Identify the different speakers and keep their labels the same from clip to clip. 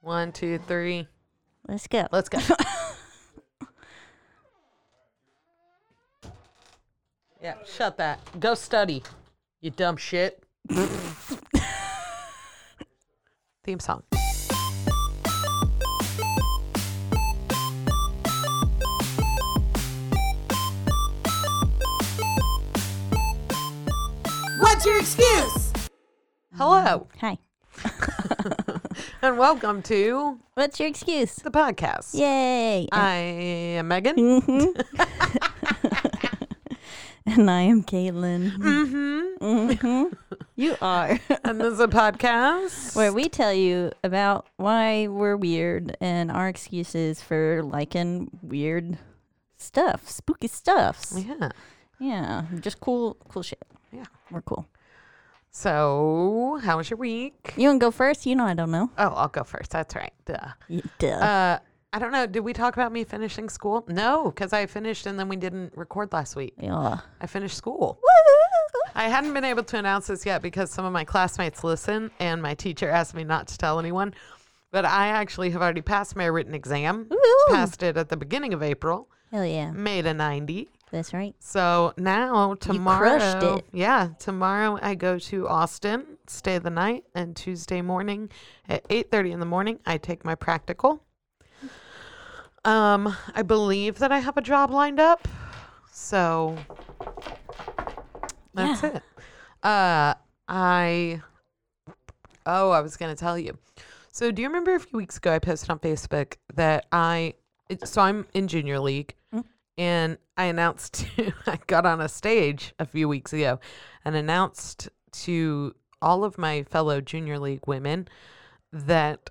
Speaker 1: One, two, three.
Speaker 2: Let's go.
Speaker 1: Let's go. yeah, shut that. Go study, you dumb shit. Theme song.
Speaker 3: What's your excuse?
Speaker 1: Hello,
Speaker 2: Hi.
Speaker 1: and welcome to
Speaker 2: What's your excuse?
Speaker 1: the podcast.
Speaker 2: Yay.
Speaker 1: I am Megan.
Speaker 2: Mhm. and I am Caitlin. Mm-hmm. Mm-hmm. You are.
Speaker 1: And this is a podcast.
Speaker 2: Where we tell you about why we're weird and our excuses for liking weird stuff, spooky stuffs.
Speaker 1: Yeah.
Speaker 2: Yeah. Just cool, cool shit.
Speaker 1: Yeah.
Speaker 2: We're cool.
Speaker 1: So, how was your week?
Speaker 2: You want to go first? You know I don't know.
Speaker 1: Oh, I'll go first. That's right. Duh.
Speaker 2: Y- Duh.
Speaker 1: Uh, I don't know. Did we talk about me finishing school? No, because I finished and then we didn't record last week.
Speaker 2: Yeah.
Speaker 1: I finished school. I hadn't been able to announce this yet because some of my classmates listen and my teacher asked me not to tell anyone. But I actually have already passed my written exam,
Speaker 2: Ooh.
Speaker 1: passed it at the beginning of April,
Speaker 2: Hell yeah.
Speaker 1: made a 90.
Speaker 2: That's right.
Speaker 1: So now tomorrow,
Speaker 2: crushed it.
Speaker 1: yeah, tomorrow I go to Austin, stay the night, and Tuesday morning at eight thirty in the morning I take my practical. Um, I believe that I have a job lined up, so that's
Speaker 2: Yeah.
Speaker 1: it. Uh, I oh, I was gonna tell you. So do you remember a few weeks ago I posted on Facebook that I it- so I'm in junior league and I announced to, I got on a stage a few weeks ago and announced to all of my fellow junior league women that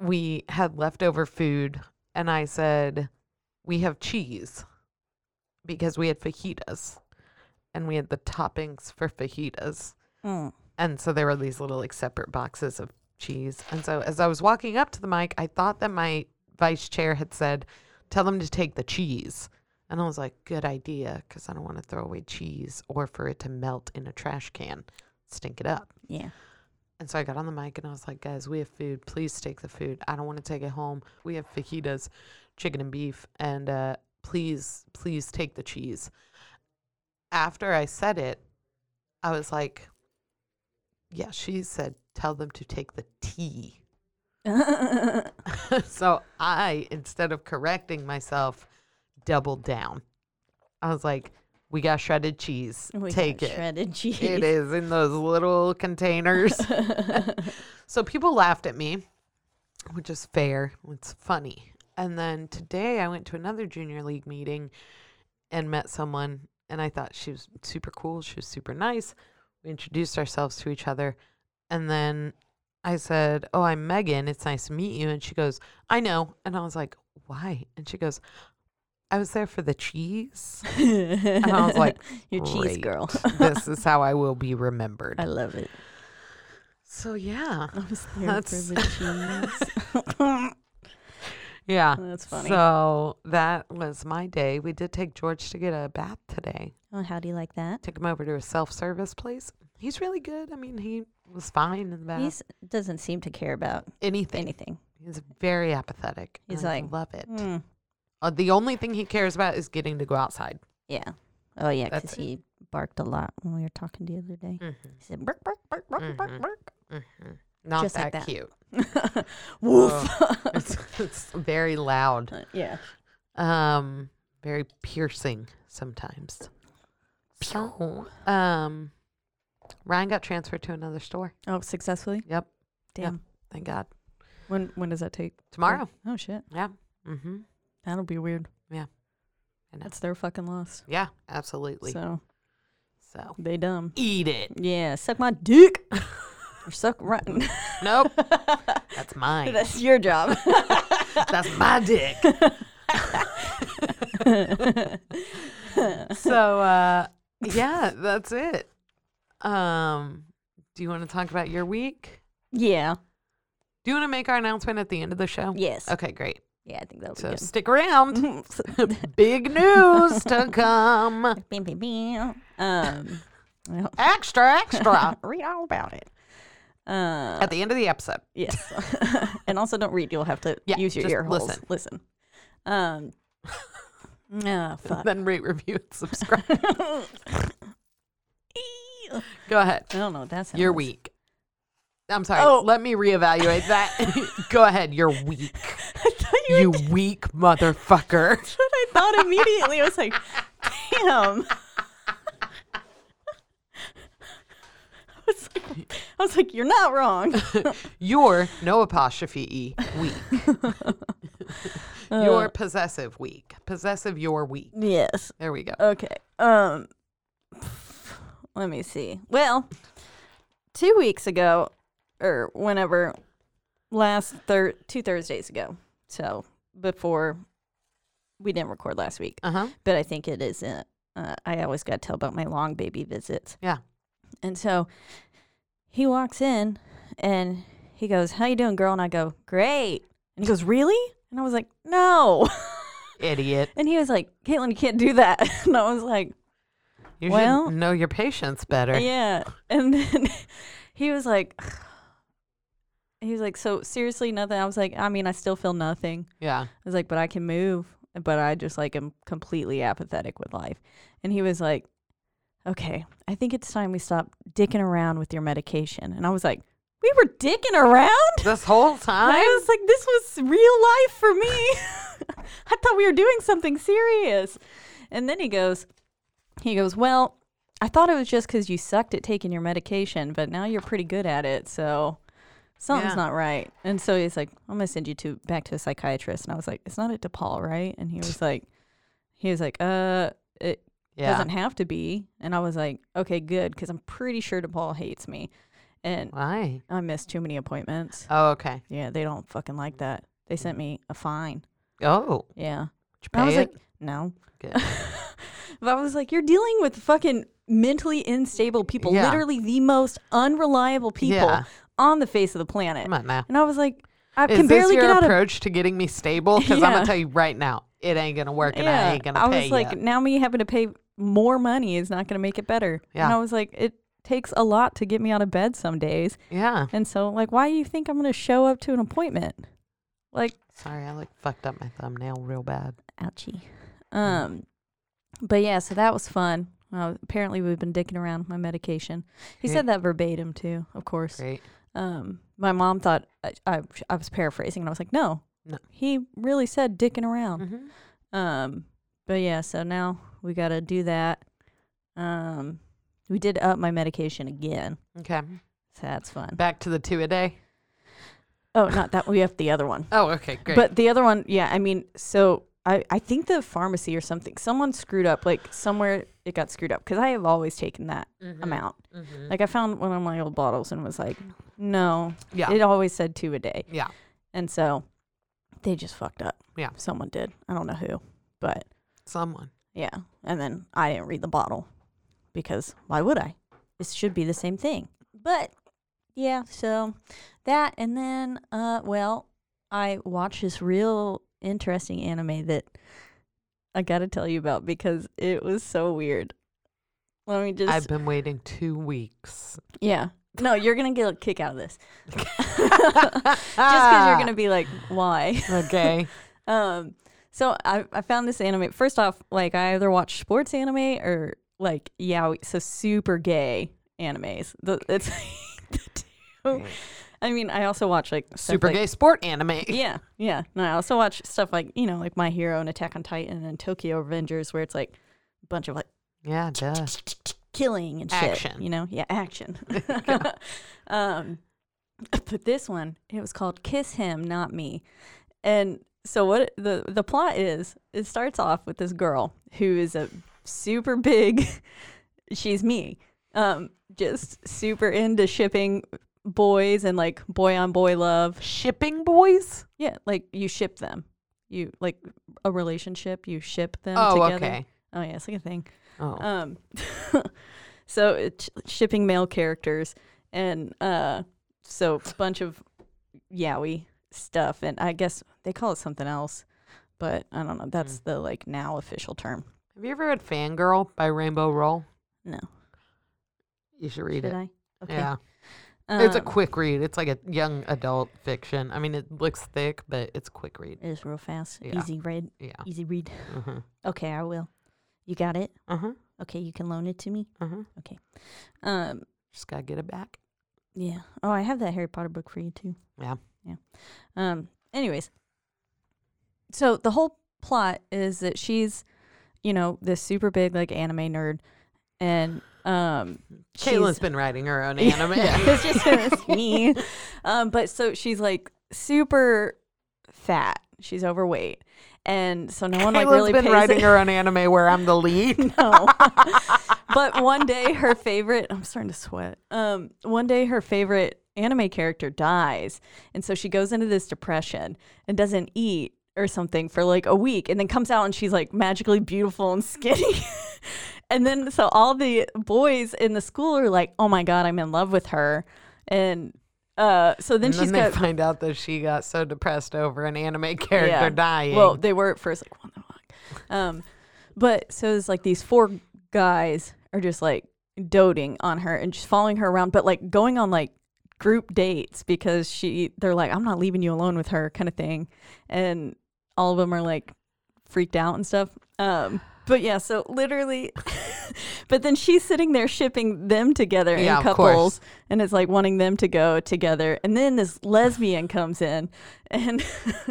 Speaker 1: we had leftover food and I said we have cheese because we had fajitas and we had the toppings for fajitas.
Speaker 2: Mm.
Speaker 1: And so there were these little like separate boxes of cheese. And so as I was walking up to the mic, I thought that my vice chair had said, "Tell them to take the cheese." And I was like, "Good idea," because I don't want to throw away cheese or for it to melt in a trash can, stink it up.
Speaker 2: Yeah.
Speaker 1: And so I got on the mic and I was like, "Guys, we have food. Please take the food. I don't want to take it home. We have fajitas, chicken and beef, and uh, please, please take the cheese." After I said it, I was like, yeah, she said, tell them to take the T. so I, instead of correcting myself, doubled down. I was like, we got shredded cheese.
Speaker 2: We got
Speaker 1: Take it.
Speaker 2: Shredded cheese.
Speaker 1: It is in those little containers. so people laughed at me, which is fair. It's funny. And then today I went to another junior league meeting and met someone, and I thought she was super cool. She was super nice. We introduced ourselves to each other. And then I said, Oh, I'm Megan. It's nice to meet you. And she goes, I know. And I was like, Why? And she goes, I was there for the cheese. And I was like,
Speaker 2: Your cheese
Speaker 1: "Great.
Speaker 2: girl.
Speaker 1: this is how I will be remembered.
Speaker 2: I love it.
Speaker 1: So yeah,
Speaker 2: I was there
Speaker 1: That's-
Speaker 2: for the cheese.
Speaker 1: yeah.
Speaker 2: Oh, That's funny.
Speaker 1: So that was my day. We did take George to get a bath today.
Speaker 2: oh, how do you like that?
Speaker 1: Took him over to a self-service place. He's really good. I mean, he was fine in the bath.
Speaker 2: He doesn't seem to care about
Speaker 1: anything.
Speaker 2: anything.
Speaker 1: He's very apathetic. and
Speaker 2: He's
Speaker 1: I
Speaker 2: like,
Speaker 1: love it.
Speaker 2: Mm,
Speaker 1: Uh, the only thing he cares about is getting to go outside.
Speaker 2: Yeah. Oh, yeah,
Speaker 1: That's
Speaker 2: because
Speaker 1: it.
Speaker 2: he barked a lot when we were talking the other day. He said, bark, bark, bark, bark,
Speaker 1: Mhm.
Speaker 2: bark, bark.
Speaker 1: Mm-hmm. Not
Speaker 2: Just
Speaker 1: that,
Speaker 2: like that.
Speaker 1: cute.
Speaker 2: Woof.
Speaker 1: It's, it's very loud.
Speaker 2: yeah.
Speaker 1: Um, very piercing sometimes. So, um, Ryan got transferred to another store.
Speaker 4: Oh, successfully?
Speaker 1: Yep.
Speaker 4: Damn.
Speaker 1: Thank God.
Speaker 4: When when does that take?
Speaker 1: Tomorrow.
Speaker 4: Oh shit.
Speaker 1: Yeah. Mm-hmm.
Speaker 4: That'll be weird.
Speaker 1: Yeah. I know.
Speaker 4: That's their fucking loss.
Speaker 1: Yeah. Absolutely. So,
Speaker 4: So they dumb.
Speaker 1: eat it.
Speaker 4: Yeah, suck my dick. or suck rotten.
Speaker 1: Nope. That's mine.
Speaker 2: That's your job.
Speaker 1: That's my dick. so uh yeah, that's it. Um do you want to talk about your week?
Speaker 2: yeah.
Speaker 1: Do you want to make our announcement at the end of the show?
Speaker 2: Yes.
Speaker 1: Okay, great.
Speaker 2: Yeah, I think that'll
Speaker 1: So
Speaker 2: be good.
Speaker 1: stick around. Big news to come.
Speaker 2: Bam, bam, bam. Um, well,
Speaker 1: Extra, extra.
Speaker 2: read all about it. Uh,
Speaker 1: At the end of the episode.
Speaker 2: yes. and also don't read. You'll have to
Speaker 1: Yeah,
Speaker 2: use your
Speaker 1: just
Speaker 2: ear holes.
Speaker 1: listen.
Speaker 2: Listen. Um. Ah, fuck.
Speaker 1: Then rate, review, and subscribe.
Speaker 2: Ew.
Speaker 1: Go ahead.
Speaker 2: I don't know. That's
Speaker 1: You're weak. I'm sorry.
Speaker 2: Oh.
Speaker 1: Let me reevaluate that. Go ahead. You're weak.
Speaker 2: I thought you.
Speaker 1: You weak motherfucker.
Speaker 2: That's what I thought immediately. I was like, damn. I was like, I was like, you're not wrong.
Speaker 1: You're no apostrophe e weak.
Speaker 2: Uh.
Speaker 1: You're possessive weak. Possessive. You're weak.
Speaker 2: yes.
Speaker 1: There we go.
Speaker 2: Okay. Um let me see. Well, 2 weeks ago or whenever last thir- two Thursdays ago. So, before we didn't record last week,
Speaker 1: Uh huh.
Speaker 2: but I think it is in uh, I always got to tell about my long baby visits.
Speaker 1: Yeah.
Speaker 2: And so he walks in and he goes, "How you doing, girl?" And I go, "Great." And he goes, "Really?" And I was like, "No."
Speaker 1: Idiot.
Speaker 2: And he was like, Caitlin, you can't do that. And I was like,
Speaker 1: You
Speaker 2: Well-
Speaker 1: should know your patients better.
Speaker 2: yeah. And then he was like, he was like, so seriously, nothing. I was like, I mean, I still feel nothing.
Speaker 1: Yeah.
Speaker 2: I was like, but I can move. But I just like am completely apathetic with life. And he was like, okay, I think it's time we stop dicking around with your medication. And I was like, we were dicking around?
Speaker 1: This whole
Speaker 2: And I
Speaker 1: time.
Speaker 2: was like, this was real life for me. I thought we were doing something serious. And then he goes, he goes, well, I thought it was just because you sucked at taking your medication, but now you're pretty good at it. So something's
Speaker 1: Yeah.
Speaker 2: not right. And so he's like, I'm going to send you to back to a psychiatrist. And I was like, it's not at DePaul, right? And he was like, he was like, uh, it
Speaker 1: Yeah.
Speaker 2: doesn't have to be. And I was like, okay, good. Cause I'm pretty sure DePaul hates me. And
Speaker 1: Why?
Speaker 2: I missed too many appointments.
Speaker 1: Oh, okay.
Speaker 2: Yeah, they don't fucking like that. They sent me a fine.
Speaker 1: Oh.
Speaker 2: Yeah.
Speaker 1: Did you
Speaker 2: I was
Speaker 1: pay
Speaker 2: like,
Speaker 1: it?
Speaker 2: no.
Speaker 1: Good.
Speaker 2: But I was like, you're dealing with fucking mentally unstable people,
Speaker 1: Yeah.
Speaker 2: literally the most unreliable people
Speaker 1: Yeah.
Speaker 2: on the face of the planet.
Speaker 1: Come on now.
Speaker 2: And I was like, I
Speaker 1: Is
Speaker 2: can
Speaker 1: this
Speaker 2: barely
Speaker 1: your
Speaker 2: get out of
Speaker 1: approach to getting me stable? Because I'm
Speaker 2: Yeah.
Speaker 1: gonna tell you right now, it ain't gonna work, and I ain't gonna
Speaker 2: I
Speaker 1: pay
Speaker 2: was like,
Speaker 1: you.
Speaker 2: now me having to pay more money is not going to make it better. And
Speaker 1: Yeah.
Speaker 2: I was like, it takes a lot to get me out of bed some days.
Speaker 1: Yeah.
Speaker 2: And so, like, why do you think I'm going to show up to an appointment? Like,
Speaker 1: Sorry, I like fucked up my thumbnail real bad.
Speaker 2: Ouchie.
Speaker 1: Mm-hmm.
Speaker 2: Um, but yeah, so that was fun. Uh, apparently, we've been dicking around with my medication. He said that verbatim too, of course.
Speaker 1: Great.
Speaker 2: Um, my mom thought I, I, I was paraphrasing, and I was like, no,
Speaker 1: No.
Speaker 2: he really said dicking around.
Speaker 1: Mm-hmm.
Speaker 2: Um, but yeah, so now we got to do that. Um, we did up my medication again,
Speaker 1: Okay.
Speaker 2: so that's fun.
Speaker 1: Back to the two a day.
Speaker 2: Oh, not that we upped the other one.
Speaker 1: Oh, okay, great.
Speaker 2: But the other one, yeah, I mean, so I, I think the pharmacy or something, someone screwed up, like somewhere it got screwed up because I have always taken that amount.
Speaker 1: Mm-hmm.
Speaker 2: Like I found one of my old bottles and was like,
Speaker 1: Oh,
Speaker 2: no,
Speaker 1: yeah,
Speaker 2: it always said two a day.
Speaker 1: yeah,
Speaker 2: And so they just fucked up.
Speaker 1: Yeah.
Speaker 2: Someone did. I don't know who, but
Speaker 1: someone.
Speaker 2: yeah. And then I didn't read the bottle because why would I? This should be the same thing. But yeah, so that and then uh well, I watched this real interesting anime that I got to tell you about because it was so weird. Let me just
Speaker 1: I've been waiting two weeks.
Speaker 2: Yeah. No, you're going to get a kick out of this.
Speaker 1: Just
Speaker 2: Just cuz you're going to be like, "Why?"
Speaker 1: Okay.
Speaker 2: Um, so I, I found this anime. First off, like I either watch sports anime or like yeah, so super gay animes. The, it's the two. I mean, I also watch like stuff
Speaker 1: Super
Speaker 2: like-
Speaker 1: gay sport anime.
Speaker 2: Yeah, yeah. No, I also watch stuff like you know, like My Hero and Attack on Titan and Tokyo Avengers, where it's like a bunch of like
Speaker 1: Yeah, duh.
Speaker 2: killing and shit.
Speaker 1: Action.
Speaker 2: You know, yeah, action. um, but this one, it was called "Kiss Him, Not Me," and so what it- the the plot is? It starts off with this girl who is a super big. she's me. Um, just super into shipping boys and like boy on boy love.
Speaker 1: Shipping boys.
Speaker 2: Yeah, like you ship them. You like a relationship. You ship them.
Speaker 1: Oh,
Speaker 2: together.
Speaker 1: okay.
Speaker 2: Oh yeah, it's like a thing.
Speaker 1: Oh,
Speaker 2: Um, so it's shipping male characters and uh, so bunch of yaoi stuff, and I guess they call it something else, but I don't know.
Speaker 1: Hmm.
Speaker 2: That's the like now official term.
Speaker 1: have you ever read Fangirl by Rainbow Roll?
Speaker 2: No,
Speaker 1: You should read
Speaker 2: did
Speaker 1: it.
Speaker 2: I? Okay.
Speaker 1: Yeah. it's a
Speaker 2: Um,
Speaker 1: quick read. It's like a young adult fiction. I mean, it looks thick, but it's a quick read.
Speaker 2: It's real fast,
Speaker 1: Yeah.
Speaker 2: easy read,
Speaker 1: Yeah.
Speaker 2: easy read.
Speaker 1: Uh huh.
Speaker 2: Okay, I will. You got it.
Speaker 1: Uh huh.
Speaker 2: Okay, you can loan it to me.
Speaker 1: Uh huh.
Speaker 2: Um,
Speaker 1: Just gotta get it back.
Speaker 2: yeah. Oh, I have that Harry Potter book for you too.
Speaker 1: Yeah.
Speaker 2: Yeah. Um. Anyways, so the whole plot is that she's, you know, this super big like anime nerd, and um,
Speaker 1: Kayla's been writing her own anime.
Speaker 2: it's just it's me. Um, but so she's like super fat. She's overweight, and so no one like
Speaker 1: Kayla's
Speaker 2: really
Speaker 1: been
Speaker 2: pays
Speaker 1: writing
Speaker 2: it-
Speaker 1: her own anime where I'm the lead.
Speaker 2: no. but one day her favorite I'm starting to sweat. Um one day her favorite anime character dies and so she goes into this depression and doesn't eat or something for like a week and then comes out and she's like magically beautiful and skinny. and then so all the boys in the school are like, "Oh my god, I'm in love with her." And uh so then
Speaker 1: And
Speaker 2: she's
Speaker 1: then they
Speaker 2: got
Speaker 1: find out that she got so depressed over an anime character dying.
Speaker 2: well, they were at first like, what the fuck? Um, but so it's like these four guys are just like doting on her and just following her around, but like going on like group dates because she, they're like, I'm not leaving you alone with her kind of thing. And all of them are like freaked out and stuff. Um, but yeah, so literally, but then she's sitting there shipping them together in
Speaker 1: Yeah, of course.
Speaker 2: couples, and it's like wanting them to go together. And then this lesbian comes in, and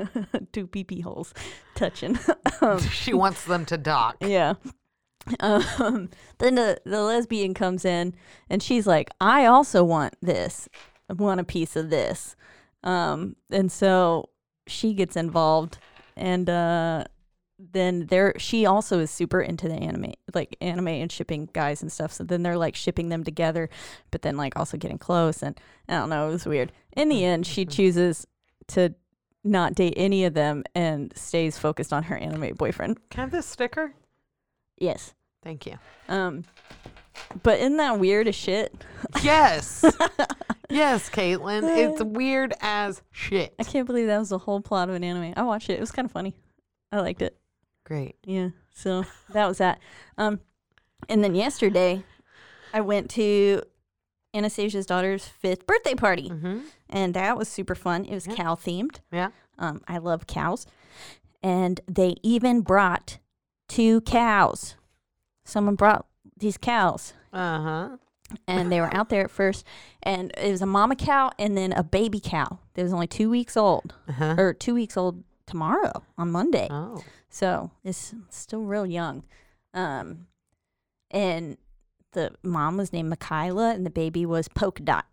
Speaker 2: two pee pee holes touching. um,
Speaker 1: she wants them to dock.
Speaker 2: yeah. Um, then the, the lesbian comes in and she's like, I also want this. I want a piece of this. Um, and so she gets involved and uh, then there she also is super into the anime like anime and shipping guys and stuff. So then they're like shipping them together, but then like also getting close and I don't know, it was weird. In the end she chooses to not date any of them and stays focused on her anime boyfriend.
Speaker 1: Can I have this sticker?
Speaker 2: Yes.
Speaker 1: Thank you.
Speaker 2: Um, but isn't that weird as shit?
Speaker 1: Yes. yes, Caitlin.
Speaker 2: Uh,
Speaker 1: It's weird as shit.
Speaker 2: I can't believe that was the whole plot of an anime. I watched it. It was kind of funny. I liked it.
Speaker 1: Great.
Speaker 2: Yeah. So that was that. Um, and then yesterday, I went to Anastasia's daughter's fifth birthday party,
Speaker 1: Mm-hmm.
Speaker 2: and that was super fun. It was cow themed.
Speaker 1: Yeah.
Speaker 2: Um, I love cows, and they even brought two cows. Someone brought these cows.
Speaker 1: Uh huh.
Speaker 2: and they were out there at first and it was a mama cow and then a baby cow that was only two weeks old
Speaker 1: Uh-huh.
Speaker 2: or two weeks old tomorrow on monday
Speaker 1: Oh.
Speaker 2: so it's still real young um, and the mom was named Mikaela and the baby was polka dot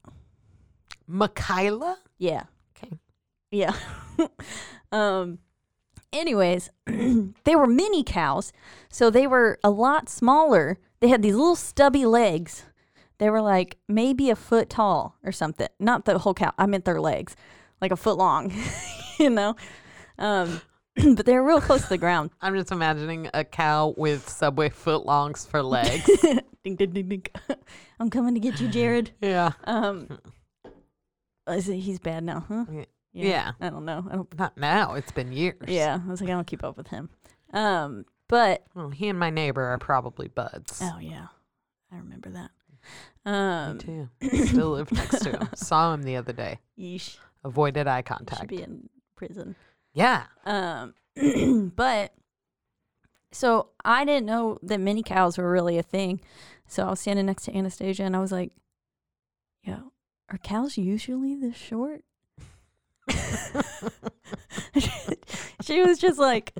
Speaker 1: Makayla?
Speaker 2: yeah
Speaker 1: Okay.
Speaker 2: yeah um, anyways they were mini cows so they were a lot smaller they had these little stubby legs they were like maybe a foot tall or something. Not the whole cow. I meant their legs, like a foot long, you know. Um, but they were real close to the ground.
Speaker 1: I'm just imagining a cow with subway footlongs for legs.
Speaker 2: Ding ding ding ding. I'm coming to get you, Jared.
Speaker 1: yeah.
Speaker 2: Um, is it, he's bad now, huh?
Speaker 1: Yeah. Yeah.
Speaker 2: I don't know. I don't.
Speaker 1: Not now. It's been years.
Speaker 2: Yeah, I was like, I don't keep up with him. Um, but
Speaker 1: Well, he and my neighbor are probably buds.
Speaker 2: oh yeah, I remember that. Um,
Speaker 1: Too. Still live next to him. Saw him the other day.
Speaker 2: yeesh,
Speaker 1: Avoided eye
Speaker 2: should
Speaker 1: contact.
Speaker 2: be in prison.
Speaker 1: Yeah.
Speaker 2: Um, but so I didn't know that mini cows were really a thing. So I was standing next to Anastasia and I was like, yo, are cows usually this short? she was just like,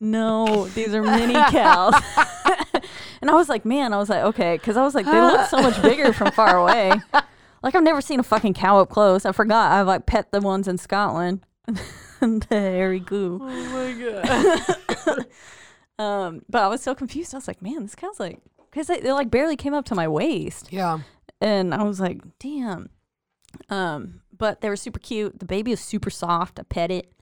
Speaker 2: no, these are mini cows. and I was like, man, I was like, okay, because I was like, they look so much bigger from far away. Like I've never seen a fucking cow up close. I forgot I like pet the ones in Scotland, the hairy goo.
Speaker 1: Oh my god.
Speaker 2: Um, but I was so confused. I was like, man, this cow's like, because they, they like barely came up to my waist,
Speaker 1: yeah.
Speaker 2: and I was like, damn. Um, but they were super cute. The baby was super soft. I pet it.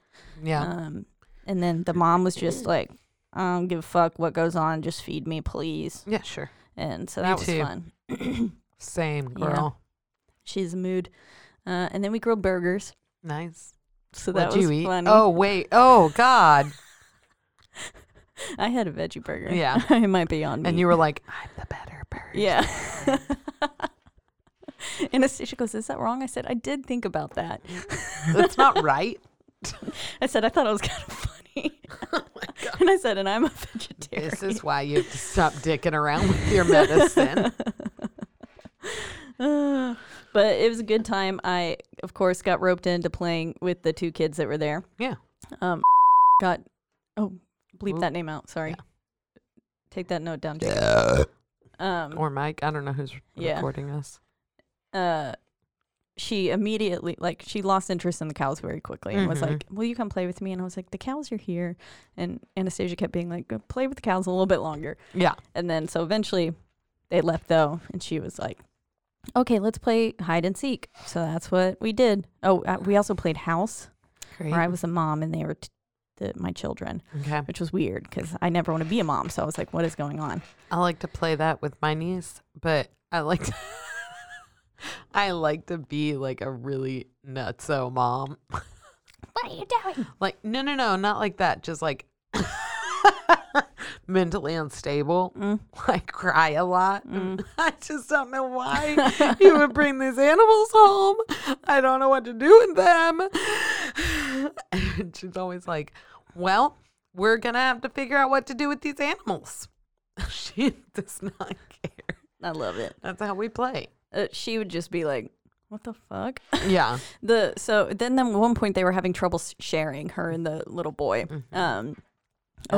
Speaker 1: Yeah. Mm.
Speaker 2: Um, and then the mom was just like, I don't give a fuck what goes on. Just feed me, please.
Speaker 1: yeah, sure.
Speaker 2: And so that was
Speaker 1: too.
Speaker 2: fun.
Speaker 1: Same
Speaker 2: Yeah.
Speaker 1: girl.
Speaker 2: She's a mood. Uh, and then we grilled burgers.
Speaker 1: Nice.
Speaker 2: So that
Speaker 1: What'd
Speaker 2: was
Speaker 1: you eat?
Speaker 2: funny.
Speaker 1: Oh wait. Oh God.
Speaker 2: I had a veggie burger.
Speaker 1: Yeah.
Speaker 2: it might be on me.
Speaker 1: and you were like, I'm the better bird.
Speaker 2: yeah. And Anastasia goes, Is that wrong? I said, I did think about that.
Speaker 1: That's not right.
Speaker 2: I said, I thought it was kind of funny. and I said, And I'm a
Speaker 1: Oh
Speaker 2: vegetarian.
Speaker 1: This is why you have to stop dicking around with your medicine.
Speaker 2: Uh, but it was a good time. I, of course, got roped into playing with the two kids that were there.
Speaker 1: Yeah.
Speaker 2: Um, got, oh, bleep
Speaker 1: Oop.
Speaker 2: that name out. Sorry. Take that note down. Jacob. Um,
Speaker 1: or Mike, I don't know who's
Speaker 2: Yeah.
Speaker 1: recording us.
Speaker 2: uh, she immediately like she lost interest in the cows very quickly and was
Speaker 1: Mhm.
Speaker 2: like, "Will you come play with me?" And I was like, "The cows are here." And Anastasia kept being like, "Go "Play with the cows a little bit longer."
Speaker 1: Yeah.
Speaker 2: And then so eventually, they left though, and she was like, "Okay, let's play hide and seek." So that's what we did. Oh, uh, we also played house,
Speaker 1: Great.
Speaker 2: where I was a mom and they were t- the, my children,
Speaker 1: Okay.
Speaker 2: which was weird because I never want to be a mom. So I was like, "What is going on?"
Speaker 1: I like to play that with my niece, but I like to I like to be like a really nutso mom.
Speaker 2: What are you doing?
Speaker 1: Like, no, no, no, not like that. Just like mentally unstable. I cry a lot. I just don't know why you would bring these animals home. I don't know what to do with them. And she's always like, well, we're going to have to figure out what to do with these animals. she does not care.
Speaker 2: I love it.
Speaker 1: That's how we play.
Speaker 2: Uh, she would just be like, "What the fuck?"
Speaker 1: Yeah.
Speaker 2: the so then then at one point they were having trouble s- sharing her and the little boy um
Speaker 1: As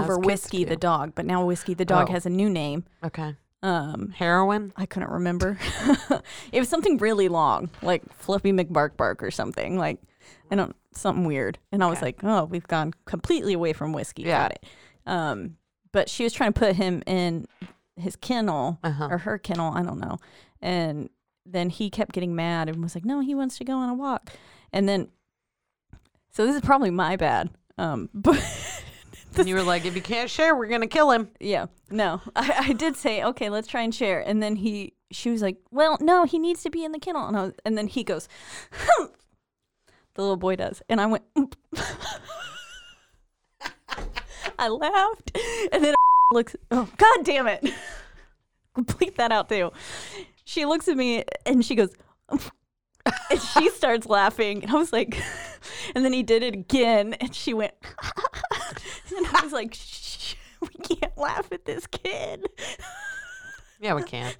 Speaker 2: over
Speaker 1: kids
Speaker 2: whiskey the
Speaker 1: do.
Speaker 2: dog but now whiskey the dog
Speaker 1: Oh.
Speaker 2: has a new name
Speaker 1: Okay.
Speaker 2: um
Speaker 1: Heroin.
Speaker 2: i couldn't remember it was something really long like fluffy mcbark bark or something like i don't something weird and i was
Speaker 1: Okay.
Speaker 2: like oh we've gone completely away from whiskey
Speaker 1: Yeah.
Speaker 2: got it um but she was trying to put him in his kennel
Speaker 1: Uh-huh.
Speaker 2: or her kennel, I don't know. And then he kept getting mad and was like, "No, he wants to go on a walk." And then, so this is probably my bad. Um, but
Speaker 1: And you were like, if you can't share, we're going to kill him.
Speaker 2: yeah, no, I, I did say, "Okay, let's try and share." And then he, she was like, "Well, no, he needs to be in the kennel." And I was, and then he goes, "Hmm." the little boy does, and I went, "Oop." I laughed, and then looks, oh god damn it, bleep that out too. She looks at me and she goes, and she starts laughing, and I was like, and then he did it again, and she went, and I was like, Shh, we can't laugh at this kid.
Speaker 1: Yeah, we can.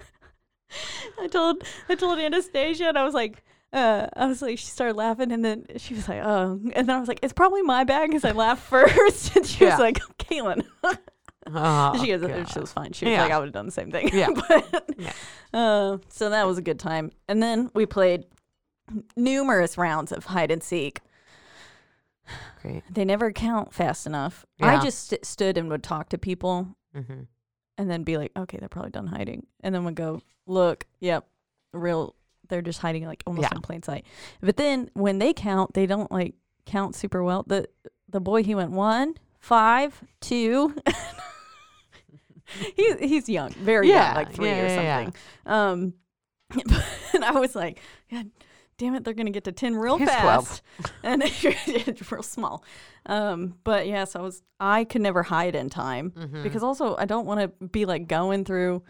Speaker 2: I told I told Anastasia, and I was like, uh, I was like, she started laughing, and then she was like, oh, and then I was like, it's probably my bad because I laughed first, and she
Speaker 1: Yeah.
Speaker 2: was like, Caitlin,
Speaker 1: Oh,
Speaker 2: she goes,
Speaker 1: God.
Speaker 2: she was fine. She was
Speaker 1: Yeah.
Speaker 2: like, I would have done the same thing.
Speaker 1: Yeah.
Speaker 2: but,
Speaker 1: Yeah.
Speaker 2: Uh, so that was a good time, and then we played numerous rounds of hide and seek.
Speaker 1: Great.
Speaker 2: They never count fast enough.
Speaker 1: Yeah.
Speaker 2: I just st- stood and would talk to people
Speaker 1: hmm
Speaker 2: and then be like, okay, they're probably done hiding. And then would go, look, yep, real, they're just hiding like almost
Speaker 1: Yeah.
Speaker 2: in plain sight. But then when they count, they don't like count super well. The the boy he went one, five, two. he he's young, very
Speaker 1: Yeah,
Speaker 2: young, like three
Speaker 1: yeah,
Speaker 2: or
Speaker 1: yeah, yeah.
Speaker 2: something. Um, and I was like, God damn it, they're gonna get to ten real
Speaker 1: He's 12.
Speaker 2: fast, and it's real small. Um, but yeah, so I was I could never hide in time
Speaker 1: Mm-hmm.
Speaker 2: because
Speaker 1: Mm.
Speaker 2: also I don't want to be like going through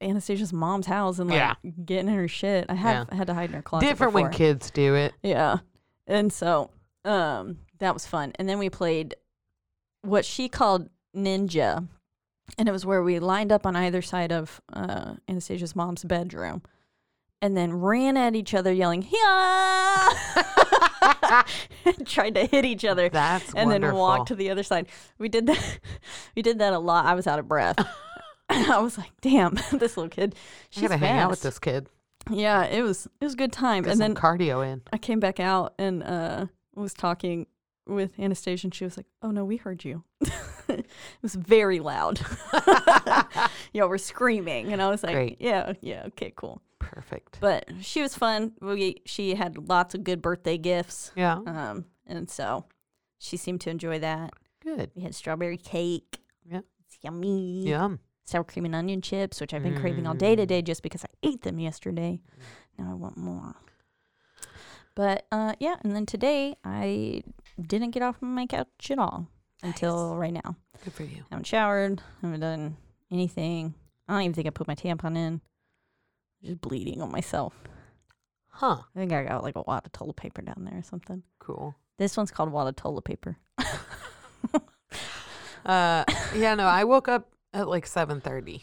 Speaker 2: Anastasia's mom's house and like
Speaker 1: Yeah.
Speaker 2: getting in her shit. I have had to hide in her closet.
Speaker 1: Different when
Speaker 2: before.
Speaker 1: kids do it.
Speaker 2: Yeah. And so um that was fun. And then we played what she called ninja. And it was where we lined up on either side of uh, Anastasia's mom's bedroom and then ran at each other yelling, yeah! and tried to hit each other
Speaker 1: That's
Speaker 2: and
Speaker 1: wonderful.
Speaker 2: then walked to the other side. We did that. We did that a lot. I was out of breath. I was like, damn, this little kid.
Speaker 1: I
Speaker 2: She's
Speaker 1: gotta hang out with
Speaker 2: fast."
Speaker 1: this kid.
Speaker 2: Yeah, it was it was a good time.
Speaker 1: Get
Speaker 2: and
Speaker 1: some
Speaker 2: then
Speaker 1: cardio in.
Speaker 2: I came back out and uh, was talking with Anastasia, and she was like, "Oh no, we heard you." it was very loud. Y'all were screaming, and I was like,
Speaker 1: Great.
Speaker 2: "Yeah, yeah, okay, cool."
Speaker 1: Perfect.
Speaker 2: But she was fun. We she had lots of good birthday gifts,
Speaker 1: yeah.
Speaker 2: um, and so she seemed to enjoy that.
Speaker 1: Good.
Speaker 2: We had strawberry cake.
Speaker 1: Yeah.
Speaker 2: it's yummy.
Speaker 1: Yum.
Speaker 2: sour cream and onion chips, which I've been craving all day today just because I ate them yesterday. Now I want more. But uh, yeah, and then today I didn't get off my couch at all until right now.
Speaker 1: Good for you.
Speaker 2: haven't showered, haven't done anything. I don't even think I put my tampon in. just bleeding on myself.
Speaker 1: Huh.
Speaker 2: I think I got like a wad of toilet paper down there or something.
Speaker 1: Cool.
Speaker 2: This one's called wad of toilet paper.
Speaker 1: Uh, yeah. No, I woke up at like seven thirty.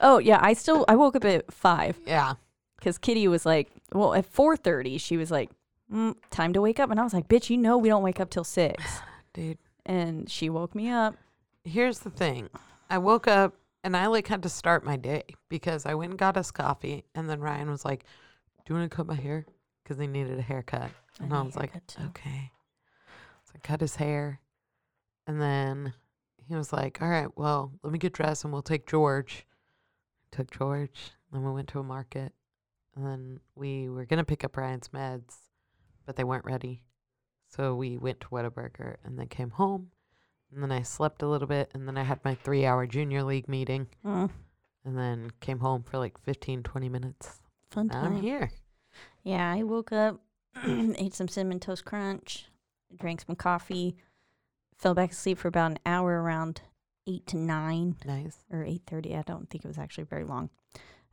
Speaker 2: Oh yeah, I still I woke up at five
Speaker 1: Yeah.
Speaker 2: because Kitty was like, well, at four thirty she was like, mm, time to wake up, and I was like, bitch, you know we don't wake up till six,
Speaker 1: Dude,
Speaker 2: and she woke me up.
Speaker 1: here's the thing. I woke up and I like had to start my day because I went and got us coffee, and then Ryan was like, "Do you want to cut my hair?" Because he needed a haircut,
Speaker 2: I
Speaker 1: and
Speaker 2: need
Speaker 1: I,
Speaker 2: a
Speaker 1: was like,
Speaker 2: haircut, too.
Speaker 1: "Okay." So I cut his hair, and then he was like, "All right, well, let me get dressed, and we'll take George." Took George, then we went to a market, and then we were gonna pick up Ryan's meds, but they weren't ready, so we went to Whataburger, and then came home. And then I slept a little bit, and then I had my three hour junior league meeting,
Speaker 2: Mm,
Speaker 1: and then came home for like 15, 20 minutes.
Speaker 2: fun
Speaker 1: Now I'm
Speaker 2: time.
Speaker 1: here.
Speaker 2: Yeah, I woke up, ate some cinnamon toast crunch, drank some coffee, fell back asleep for about an hour around eight to nine
Speaker 1: Nice.
Speaker 2: or eight thirty. I don't think it was actually very long.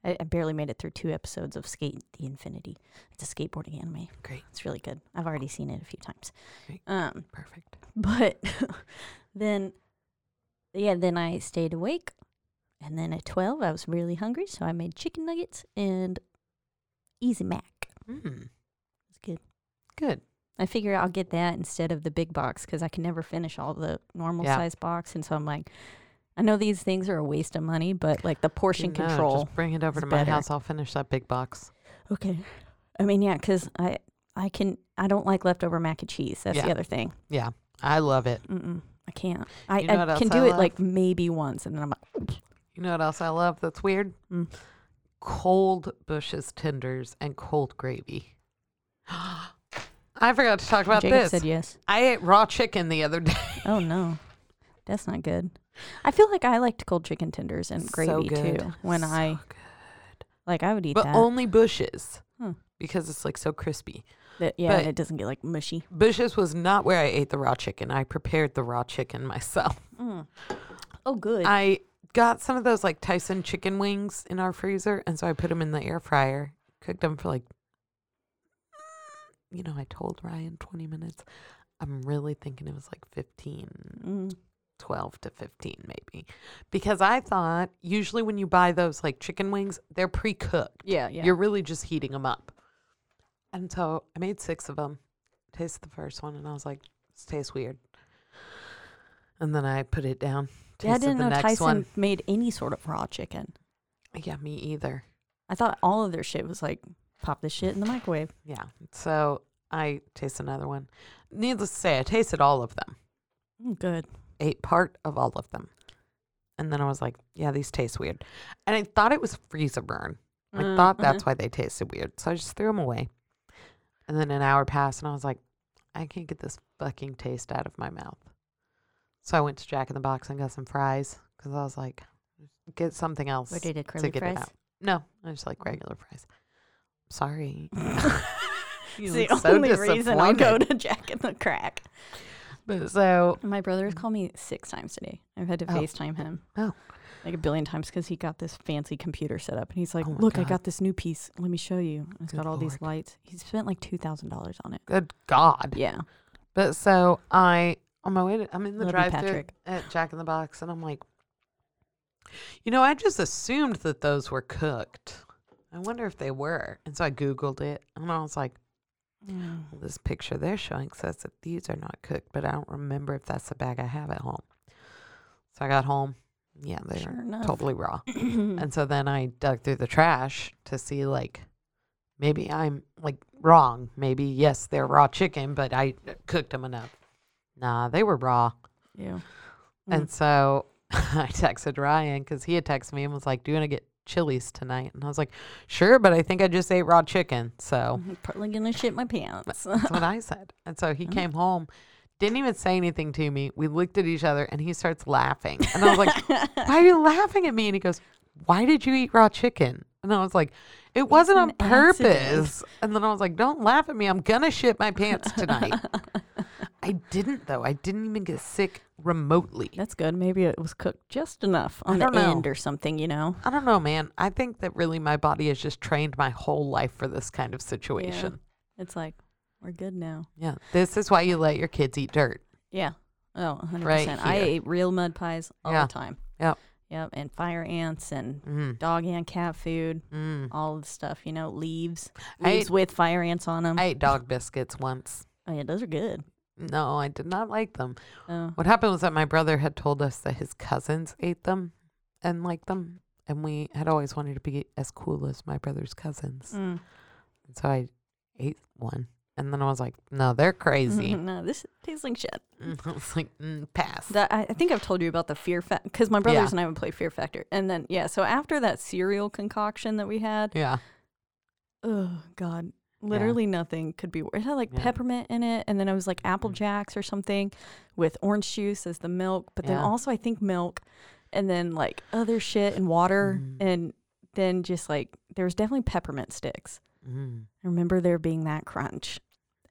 Speaker 2: I, I barely made it through two episodes of Skate the Infinity. It's a skateboarding anime.
Speaker 1: Great.
Speaker 2: It's really good. I've already seen it a few times.
Speaker 1: Great.
Speaker 2: Um,
Speaker 1: Perfect.
Speaker 2: but then, yeah, then I stayed awake, and then at twelve I was really hungry, so I made chicken nuggets and Easy Mac.
Speaker 1: Mm.
Speaker 2: It's good.
Speaker 1: Good.
Speaker 2: I figure I'll get that instead of the big box because I can never finish all the normal
Speaker 1: Yeah.
Speaker 2: size box, and so I'm like, I know these things are a waste of money, but like the portion
Speaker 1: No,
Speaker 2: control.
Speaker 1: Just bring it over
Speaker 2: is
Speaker 1: to my
Speaker 2: better.
Speaker 1: house. I'll finish that big box.
Speaker 2: Okay. I mean, yeah, because I I can I don't like leftover mac and cheese. That's the
Speaker 1: Yeah.
Speaker 2: other thing.
Speaker 1: Yeah. I love it.
Speaker 2: Mm-mm, I can't. I,
Speaker 1: You know what
Speaker 2: I
Speaker 1: else
Speaker 2: can
Speaker 1: I
Speaker 2: do it
Speaker 1: love?
Speaker 2: like maybe once, and then I'm like,
Speaker 1: You know what else I love that's weird?
Speaker 2: Mm.
Speaker 1: Cold bushes tenders and cold gravy. I forgot to talk about
Speaker 2: Jacob
Speaker 1: this.
Speaker 2: said yes.
Speaker 1: I ate raw chicken the other day.
Speaker 2: Oh no, that's not good. I feel like I liked cold chicken tenders and
Speaker 1: So
Speaker 2: gravy
Speaker 1: good.
Speaker 2: too. When
Speaker 1: So
Speaker 2: I like, I would eat
Speaker 1: but
Speaker 2: that.
Speaker 1: only bushes
Speaker 2: Hmm.
Speaker 1: because it's like so crispy.
Speaker 2: But- yeah, and
Speaker 1: but-
Speaker 2: it doesn't get like mushy.
Speaker 1: Bushes was not where I ate the raw chicken. I prepared the raw chicken myself.
Speaker 2: Oh, good.
Speaker 1: I got some of those like Tyson chicken wings in our freezer, and so I put them in the air fryer, cooked them for like, you know, I told Ryan 20 minutes. I'm really thinking it was like 15,
Speaker 2: mm.
Speaker 1: 12 to 15 maybe. Because I thought usually when you buy those like chicken wings, they're pre cooked.
Speaker 2: Yeah, yeah.
Speaker 1: You're really just heating them up. And so I made six of them. Tasted the first one, and I was like, "This tastes weird." And then I put it down.
Speaker 2: yeah, I
Speaker 1: Tasted
Speaker 2: didn't
Speaker 1: the
Speaker 2: know
Speaker 1: next
Speaker 2: Tyson
Speaker 1: one.
Speaker 2: made any sort of raw chicken.
Speaker 1: Yeah, me either.
Speaker 2: I thought all of their shit was like pop this shit in the microwave.
Speaker 1: Yeah. So I taste another one. Needless to say, I tasted all of them.
Speaker 2: Mm, Good.
Speaker 1: Ate part of all of them. And then I was like, "Yeah, these taste weird." And I thought it was freezer burn. I
Speaker 2: Mm,
Speaker 1: thought
Speaker 2: mhm.
Speaker 1: that's why they tasted weird. So I just threw them away. And then an hour passed and I was like, I can't get this fucking taste out of my mouth. So I went to Jack in the Box and got some fries because I was like, get something else.
Speaker 2: What Mm-hmm. did it curly
Speaker 1: get it
Speaker 2: fries?
Speaker 1: out. No, I just like regular fries. Sorry. You look
Speaker 2: It's the
Speaker 1: so
Speaker 2: only reason I go
Speaker 1: disappointed.
Speaker 2: to Jack in the Crack.
Speaker 1: But so,
Speaker 2: My brother has called me six times today. I've had to
Speaker 1: Mm. Oh.
Speaker 2: FaceTime him.
Speaker 1: Oh.
Speaker 2: Like a billion times because he got this fancy computer set up and he's like,
Speaker 1: Oh my
Speaker 2: Look, I
Speaker 1: God.
Speaker 2: got this new piece. Let me show you. And It's
Speaker 1: Good
Speaker 2: got all these
Speaker 1: Lord.
Speaker 2: lights. He spent like $2,000 on it.
Speaker 1: good God.
Speaker 2: Yeah.
Speaker 1: But so I on my way to, I'm in the
Speaker 2: Love you,
Speaker 1: drive thru
Speaker 2: Patrick.
Speaker 1: at Jack in the Box and I'm like You know, I just assumed that those were cooked. I wonder if they were. And so I googled it and I was like, well, this picture they're showing says that these are not cooked, but I don't remember if that's the bag I have at home. So I got home. Yeah, they're
Speaker 2: Sure enough.
Speaker 1: totally raw. And so then I dug through the trash to see like maybe I'm like wrong. Maybe yes, they're raw chicken, but I cooked them enough. Nah, they were raw.
Speaker 2: yeah.
Speaker 1: And so I texted Ryan because he had texted me and was like, "Do you want to get chilies tonight?" And I was like, "Sure," but I think I just ate raw chicken, so
Speaker 2: I'm probably going to shit my pants.
Speaker 1: that's what I said. And so he came home. Didn't even say anything to me. We looked at each other and he starts laughing. And I was like, Why are you laughing at me? And he goes, Why did you eat raw chicken? And I was like, It wasn't on
Speaker 2: an accident."
Speaker 1: purpose. And then I was like, Don't laugh at me. I'm going to shit my pants tonight. I didn't though. I didn't even get sick remotely.
Speaker 2: That's good. Maybe it was cooked just enough on the
Speaker 1: don't know.
Speaker 2: end or something, you know?
Speaker 1: I don't know, man. I think that really my body has just trained my whole life for this kind of situation.
Speaker 2: It's like, we're good now.
Speaker 1: Yeah. This is why you let your kids eat dirt.
Speaker 2: Yeah. Oh, 100%.
Speaker 1: Right
Speaker 2: I
Speaker 1: here.
Speaker 2: ate real mud pies all
Speaker 1: Yeah.
Speaker 2: the time.
Speaker 1: Yep.
Speaker 2: Yep. And fire ants and
Speaker 1: Mm.
Speaker 2: dog and cat food,
Speaker 1: Mm.
Speaker 2: all the stuff, you know, leaves.
Speaker 1: I
Speaker 2: Leaves
Speaker 1: ate-
Speaker 2: with fire ants on them.
Speaker 1: I ate dog biscuits once.
Speaker 2: oh, yeah, those are good.
Speaker 1: No, I did not like them.
Speaker 2: Oh,
Speaker 1: What happened was that my brother had told us that his cousins ate them and liked them. And we had always wanted to be as cool as my brother's cousins.
Speaker 2: mm.
Speaker 1: And so I ate one. And then I was like, no, they're crazy.
Speaker 2: no, this tastes like shit.
Speaker 1: I was like, mm, pass.
Speaker 2: Mm-hmm. That I, I think I've told you about the fear factor because my brothers and I would play Fear Factor, and then yeah. So after that cereal concoction that we had,
Speaker 1: yeah.
Speaker 2: oh god, literally nothing could be worse. It had like
Speaker 1: Yeah.
Speaker 2: peppermint in it, and then it was like Apple Jacks or something with orange juice as the milk, but then
Speaker 1: Yeah.
Speaker 2: also I think milk, and then like other shit and water,
Speaker 1: Mm.
Speaker 2: and then just like there was definitely peppermint sticks.
Speaker 1: Mm.
Speaker 2: I remember there being that crunch,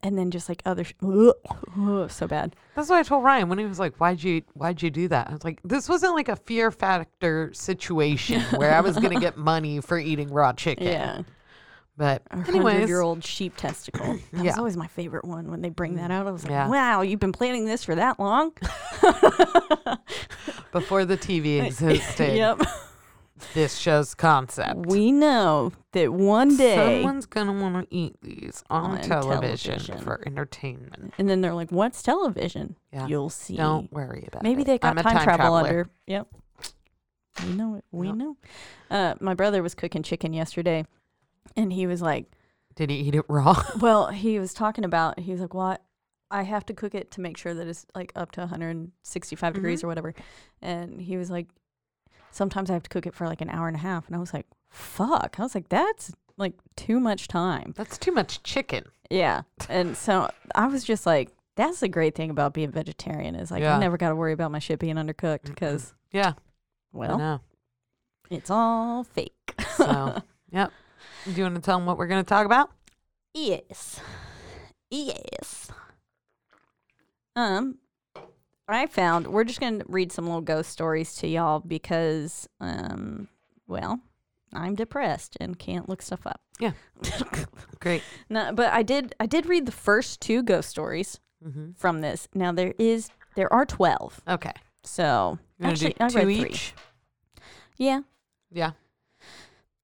Speaker 2: and then just like other sh- so bad.
Speaker 1: That's what I told Ryan when he was like, "Why'd you Why'd you do that?" I was like, "This wasn't like a fear factor situation where I was gonna get money for eating raw chicken."
Speaker 2: Yeah.
Speaker 1: But anyways,
Speaker 2: hundred-year-old sheep testicle. That
Speaker 1: Yeah.
Speaker 2: was always my favorite one when they bring that out. I was like,
Speaker 1: Yeah.
Speaker 2: "Wow, you've been planning this for that long."
Speaker 1: before the TV existed,
Speaker 2: yep,
Speaker 1: this show's concept.
Speaker 2: we know that one day.
Speaker 1: Someone's gonna want to eat these on,
Speaker 2: On
Speaker 1: television,
Speaker 2: television.
Speaker 1: for entertainment.
Speaker 2: and then they're like, "What's television?"
Speaker 1: Yeah.
Speaker 2: You'll see.
Speaker 1: Don't worry about
Speaker 2: Maybe
Speaker 1: it.
Speaker 2: they got
Speaker 1: I'm a
Speaker 2: time, travel
Speaker 1: traveler.
Speaker 2: under. Yep. We know it. We
Speaker 1: Yep.
Speaker 2: know. Uh, my brother was cooking chicken yesterday, and he was like,
Speaker 1: Did he eat it raw?
Speaker 2: Well, he was talking about he was like, "Well, I have to cook it to make sure that it's like up to 165
Speaker 1: Mm-hmm.
Speaker 2: degrees or whatever." And he was like, "Sometimes I have to cook it for like an hour and a half." And I was like, "Fuck!" I was like, "That's like too much time."
Speaker 1: That's too much chicken.
Speaker 2: Yeah. And so I was just like, "That's the great thing about being vegetarian is like
Speaker 1: Yeah.
Speaker 2: I never got to worry about my shit being undercooked because
Speaker 1: Yeah, I
Speaker 2: well,
Speaker 1: know.
Speaker 2: it's all fake."
Speaker 1: So, yep. Do you want to tell them what we're gonna talk about?
Speaker 2: Yes. Yes. Um, I found we're just gonna read some little ghost stories to y'all because, um, well, I'm depressed and can't look stuff up.
Speaker 1: Yeah. Great.
Speaker 2: no, but I did. I did read the first two ghost stories
Speaker 1: hmm
Speaker 2: from this. Now there is there are twelve.
Speaker 1: Okay.
Speaker 2: So
Speaker 1: You wanna
Speaker 2: actually,
Speaker 1: do
Speaker 2: I
Speaker 1: two
Speaker 2: read three.
Speaker 1: each.
Speaker 2: Yeah.
Speaker 1: Yeah.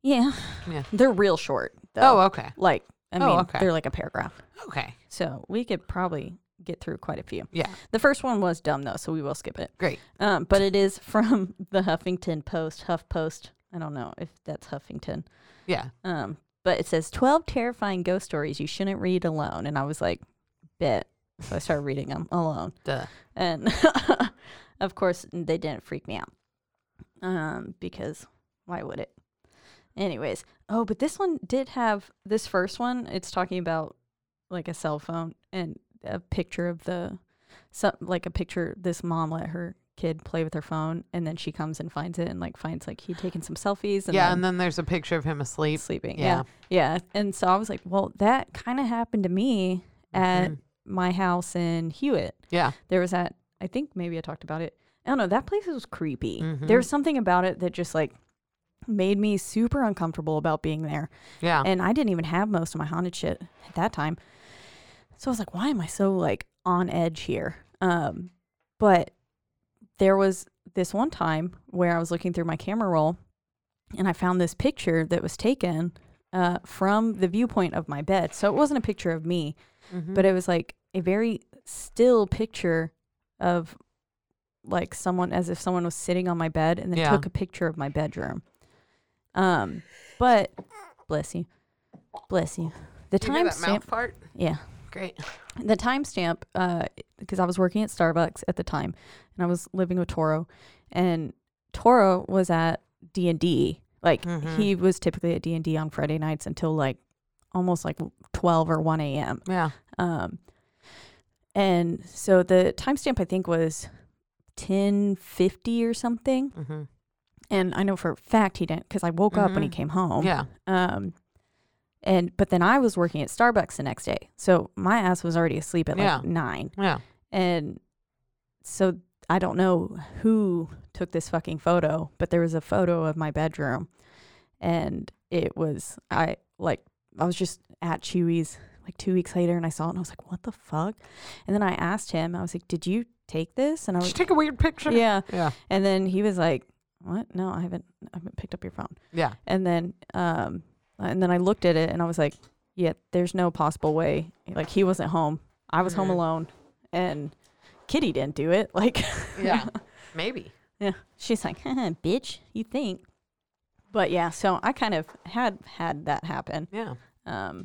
Speaker 2: Yeah.
Speaker 1: Yeah.
Speaker 2: They're real short.
Speaker 1: Oh,
Speaker 2: Though.
Speaker 1: okay.
Speaker 2: Like I
Speaker 1: Oh,
Speaker 2: mean,
Speaker 1: okay.
Speaker 2: they're like a paragraph.
Speaker 1: Okay.
Speaker 2: So we could probably get through quite a few.
Speaker 1: Yeah.
Speaker 2: The first one was dumb though, so we will skip it.
Speaker 1: Great.
Speaker 2: Um, but it is from the Huffington Post, Huff Post. I don't know if that's Huffington.
Speaker 1: Yeah.
Speaker 2: Um, but it says 12 terrifying ghost stories you shouldn't read alone. And I was like, bet. So I started reading them alone.
Speaker 1: Duh.
Speaker 2: And of course, they didn't freak me out. Um, because why would it? Anyways, oh, but this one did have this first one. It's talking about like a cell phone and a picture of the, so, like a picture. This mom let her kid play with her phone, and then she comes and finds it, and like finds like he'd taken some selfies. And
Speaker 1: yeah.
Speaker 2: then
Speaker 1: And then there's a picture of him asleep.
Speaker 2: sleeping.
Speaker 1: Yeah.
Speaker 2: Yeah. yeah. And so I was like, well, that kind of happened to me at
Speaker 1: Mhm.
Speaker 2: my house in Hewitt.
Speaker 1: Yeah.
Speaker 2: There was that, I think maybe I talked about it. I don't know. That place was creepy.
Speaker 1: Mhm.
Speaker 2: There was something about it that just like made me super uncomfortable about being there.
Speaker 1: Yeah.
Speaker 2: And I didn't even have most of my haunted shit at that time. So I was like, why am I so like on edge here? Um, but there was this one time where I was looking through my camera roll and I found this picture that was taken uh, from the viewpoint of my bed. So it wasn't a picture of me,
Speaker 1: Mm-hmm.
Speaker 2: but it was like a very still picture of like someone as if someone was sitting on my bed and then
Speaker 1: Yeah.
Speaker 2: took a picture of my bedroom. Um, but bless you, bless you. The
Speaker 1: you hear that
Speaker 2: timestamp,
Speaker 1: mouth part?
Speaker 2: yeah,
Speaker 1: Great.
Speaker 2: the timestamp because I was working at Starbucks at the time, and I was living with Toro, and Toro was at D and D. Like
Speaker 1: Mhm.
Speaker 2: he was typically at D and D on Friday nights until like almost like twelve or one a.m.
Speaker 1: Yeah.
Speaker 2: Um, and so the timestamp I think was ten fifty or something,
Speaker 1: hmm
Speaker 2: and I know for a fact he didn't because I woke up when he
Speaker 1: Mhm.
Speaker 2: came home.
Speaker 1: Yeah.
Speaker 2: Um, and but then I was working at Starbucks the next day, so my ass was already asleep at like
Speaker 1: Yeah.
Speaker 2: nine.
Speaker 1: Yeah.
Speaker 2: And so I don't know who took this fucking photo, but there was a photo of my bedroom. And it was, I like, I was just at Chewy's like two weeks later and I saw it and I was like, what the fuck? And then I asked him, I was like, did you take this? And I
Speaker 1: Did you
Speaker 2: was,
Speaker 1: take a weird picture?
Speaker 2: Oh. yeah.
Speaker 1: Yeah.
Speaker 2: And then he was like, what? No, I haven't, I haven't picked up your phone.
Speaker 1: Yeah.
Speaker 2: And then, um, and then I looked at it and I was like, yeah, there's no possible way. Like he wasn't home. I was home
Speaker 1: Mhm.
Speaker 2: alone and Kitty didn't do it. Like,
Speaker 1: Yeah. Maybe.
Speaker 2: yeah. She's like, "Haha, bitch, you think. But yeah, so I kind of had had that happen.
Speaker 1: Yeah.
Speaker 2: Um,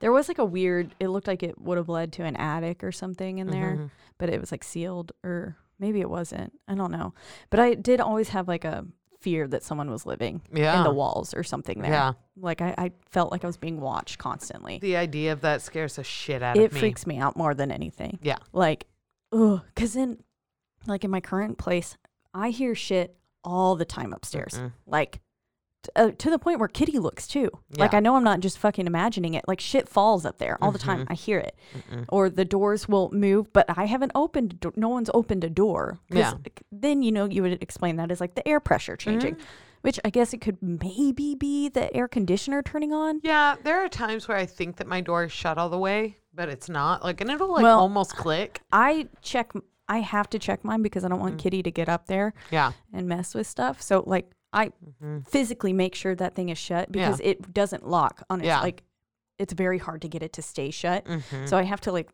Speaker 2: there was like a weird, it looked like it would have led to an attic or something in there,
Speaker 1: Mhm.
Speaker 2: but it was like sealed or maybe it wasn't. I don't know. But I did always have like a fear that someone was living
Speaker 1: Yeah.
Speaker 2: in the walls or something there.
Speaker 1: Ah. Yeah.
Speaker 2: Like I, I felt like I was being watched constantly.
Speaker 1: The idea of that scares the shit out
Speaker 2: It
Speaker 1: of me.
Speaker 2: freaks me out more than anything.
Speaker 1: Yeah.
Speaker 2: Like, ugh. Cause in, like in my current place, I hear shit all the time upstairs.
Speaker 1: Mm.
Speaker 2: Like, t- uh, to the point where Kitty looks too. Like,
Speaker 1: Yeah.
Speaker 2: I know I'm not just fucking imagining it. Like, shit falls up there all the time.
Speaker 1: Mm-hmm.
Speaker 2: I hear it. Or the doors will move, but I haven't opened, a do- no one's opened a door. 'Cause,
Speaker 1: Yeah.
Speaker 2: like, Then, you know, you would explain that as like the air pressure changing,
Speaker 1: Mm-hmm.
Speaker 2: which I guess it could maybe be the air conditioner turning on.
Speaker 1: Yeah, there are times where I think that my door is shut all the way, but it's not. Like, and it'll like
Speaker 2: Well-
Speaker 1: almost click.
Speaker 2: I check. I have to check mine because I don't
Speaker 1: Mm.
Speaker 2: want Kitty to get up there
Speaker 1: Yeah, Mm-hmm.
Speaker 2: and mess with stuff. So like I physically make sure that thing is shut
Speaker 1: Yeah.
Speaker 2: because it doesn't lock on its
Speaker 1: Yeah.
Speaker 2: like it's very hard to get it to stay shut.
Speaker 1: Mm-hmm.
Speaker 2: So I have to like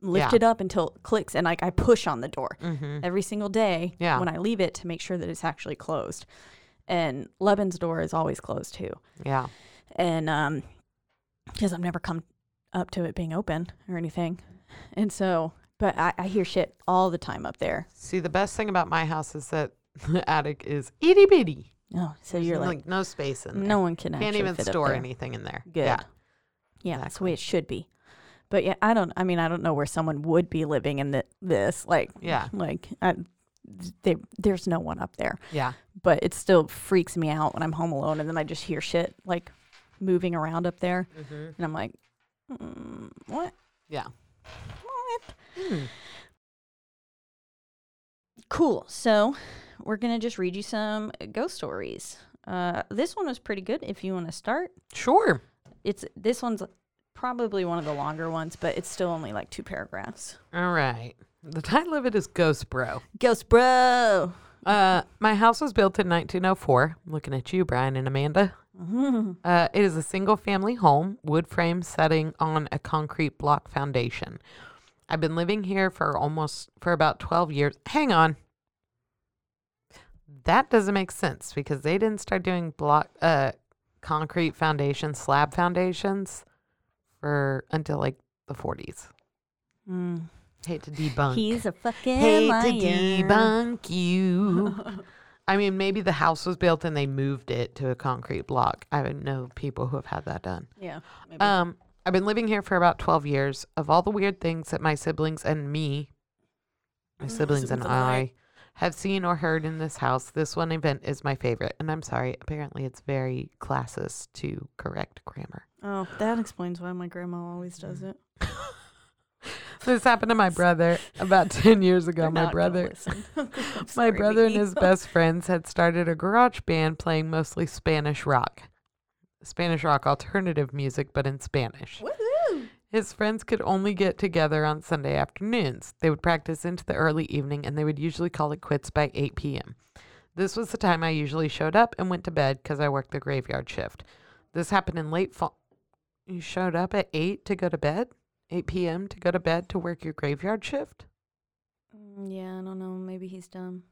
Speaker 2: lift
Speaker 1: Yeah. Mm.
Speaker 2: it up until it clicks and like I push on the door
Speaker 1: Mm-hmm.
Speaker 2: every single day
Speaker 1: Yeah.
Speaker 2: when I leave it to make sure that it's actually closed. And Leban's door is always closed too.
Speaker 1: yeah,
Speaker 2: And um because I've never come up to it being open or anything. And so but I, I hear shit all the time up there.
Speaker 1: See, the best thing about my house is that the attic is itty bitty.
Speaker 2: Oh, so
Speaker 1: There's
Speaker 2: you're like,
Speaker 1: no space in there.
Speaker 2: no one can
Speaker 1: can't
Speaker 2: actually
Speaker 1: even
Speaker 2: fit up
Speaker 1: store
Speaker 2: there.
Speaker 1: anything in there.
Speaker 2: Good.
Speaker 1: Yeah,
Speaker 2: Yeah, that's the way it should be. But yeah, I don't. I mean, I don't know where someone would be living in the, this. Like,
Speaker 1: Yeah.
Speaker 2: like I, they, there's no one up there.
Speaker 1: yeah,
Speaker 2: But it still freaks me out when I'm home alone, and then I just hear shit like moving around up there,
Speaker 1: Mm-hmm.
Speaker 2: and I'm like, mm, what?
Speaker 1: yeah.
Speaker 2: What?
Speaker 1: Hmm.
Speaker 2: Cool. So, we're gonna just read you some ghost stories. Uh, this one was pretty good. If you want to start,
Speaker 1: Sure.
Speaker 2: it's this one's probably one of the longer ones, but it's still only like two paragraphs.
Speaker 1: All right. The title of it is Ghost Bro.
Speaker 2: Ghost Bro.
Speaker 1: Uh, my house was built in 1904. I'm looking at you, Brian and Amanda.
Speaker 2: Mm.
Speaker 1: Uh, it is a single family home, wood frame setting on a concrete block foundation. I've been living here for almost for about 12 years. Hang on. That doesn't make sense because they didn't start doing block uh concrete foundations, slab foundations for until like the 40s. Hate to debunk.
Speaker 2: He's a fucking
Speaker 1: Hate
Speaker 2: liar.
Speaker 1: to debunk you. I mean, maybe the house was built and they moved it to a concrete block. I would know people who have had that done.
Speaker 2: Yeah. maybe.
Speaker 1: Um, I've been living here for about 12 years. Of all the weird things that my siblings and me, my siblings and I, have seen or heard in this house, this one event is my favorite. And I'm sorry, apparently it's very classes to correct grammar.
Speaker 2: oh, that explains why my grandma always does it.
Speaker 1: This happened to my brother about 10 years ago.
Speaker 2: They're
Speaker 1: my
Speaker 2: not gonna
Speaker 1: brother.
Speaker 2: listen. I'm
Speaker 1: My
Speaker 2: sorry,
Speaker 1: brother and
Speaker 2: Vicky.
Speaker 1: his best friends had started a garage band playing mostly Spanish rock. Spanish rock alternative music, but in Spanish. His friends could only get together on Sunday afternoons. They would practice into the early evening and they would usually call it quits by 8 p.m. This was the time I usually showed up and went to bed because I worked the graveyard shift. This happened in late fall. You showed up at 8 to go to bed? 8 p.m. to go to bed to work your graveyard shift?
Speaker 2: Mm, Yeah, I don't know. Maybe he's dumb.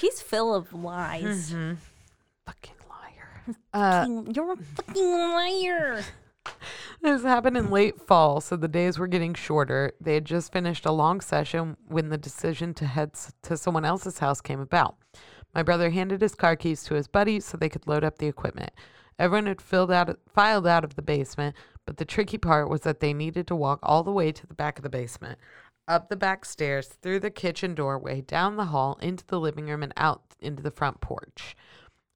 Speaker 2: He's full of lies.
Speaker 1: Fucking liar. Mm-hmm. Uh,
Speaker 2: Mm, You're a fucking liar.
Speaker 1: This happened in late fall, so the days were getting shorter. They had just finished a long session when the decision to head s- to someone else's house came about. My brother handed his car keys to his buddy so they could load up the equipment. Everyone had filled out, filed out of the basement, but the tricky part was that they needed to walk all the way to the back of the basement, up the back stairs, through the kitchen doorway, down the hall, into the living room, and out into the front porch.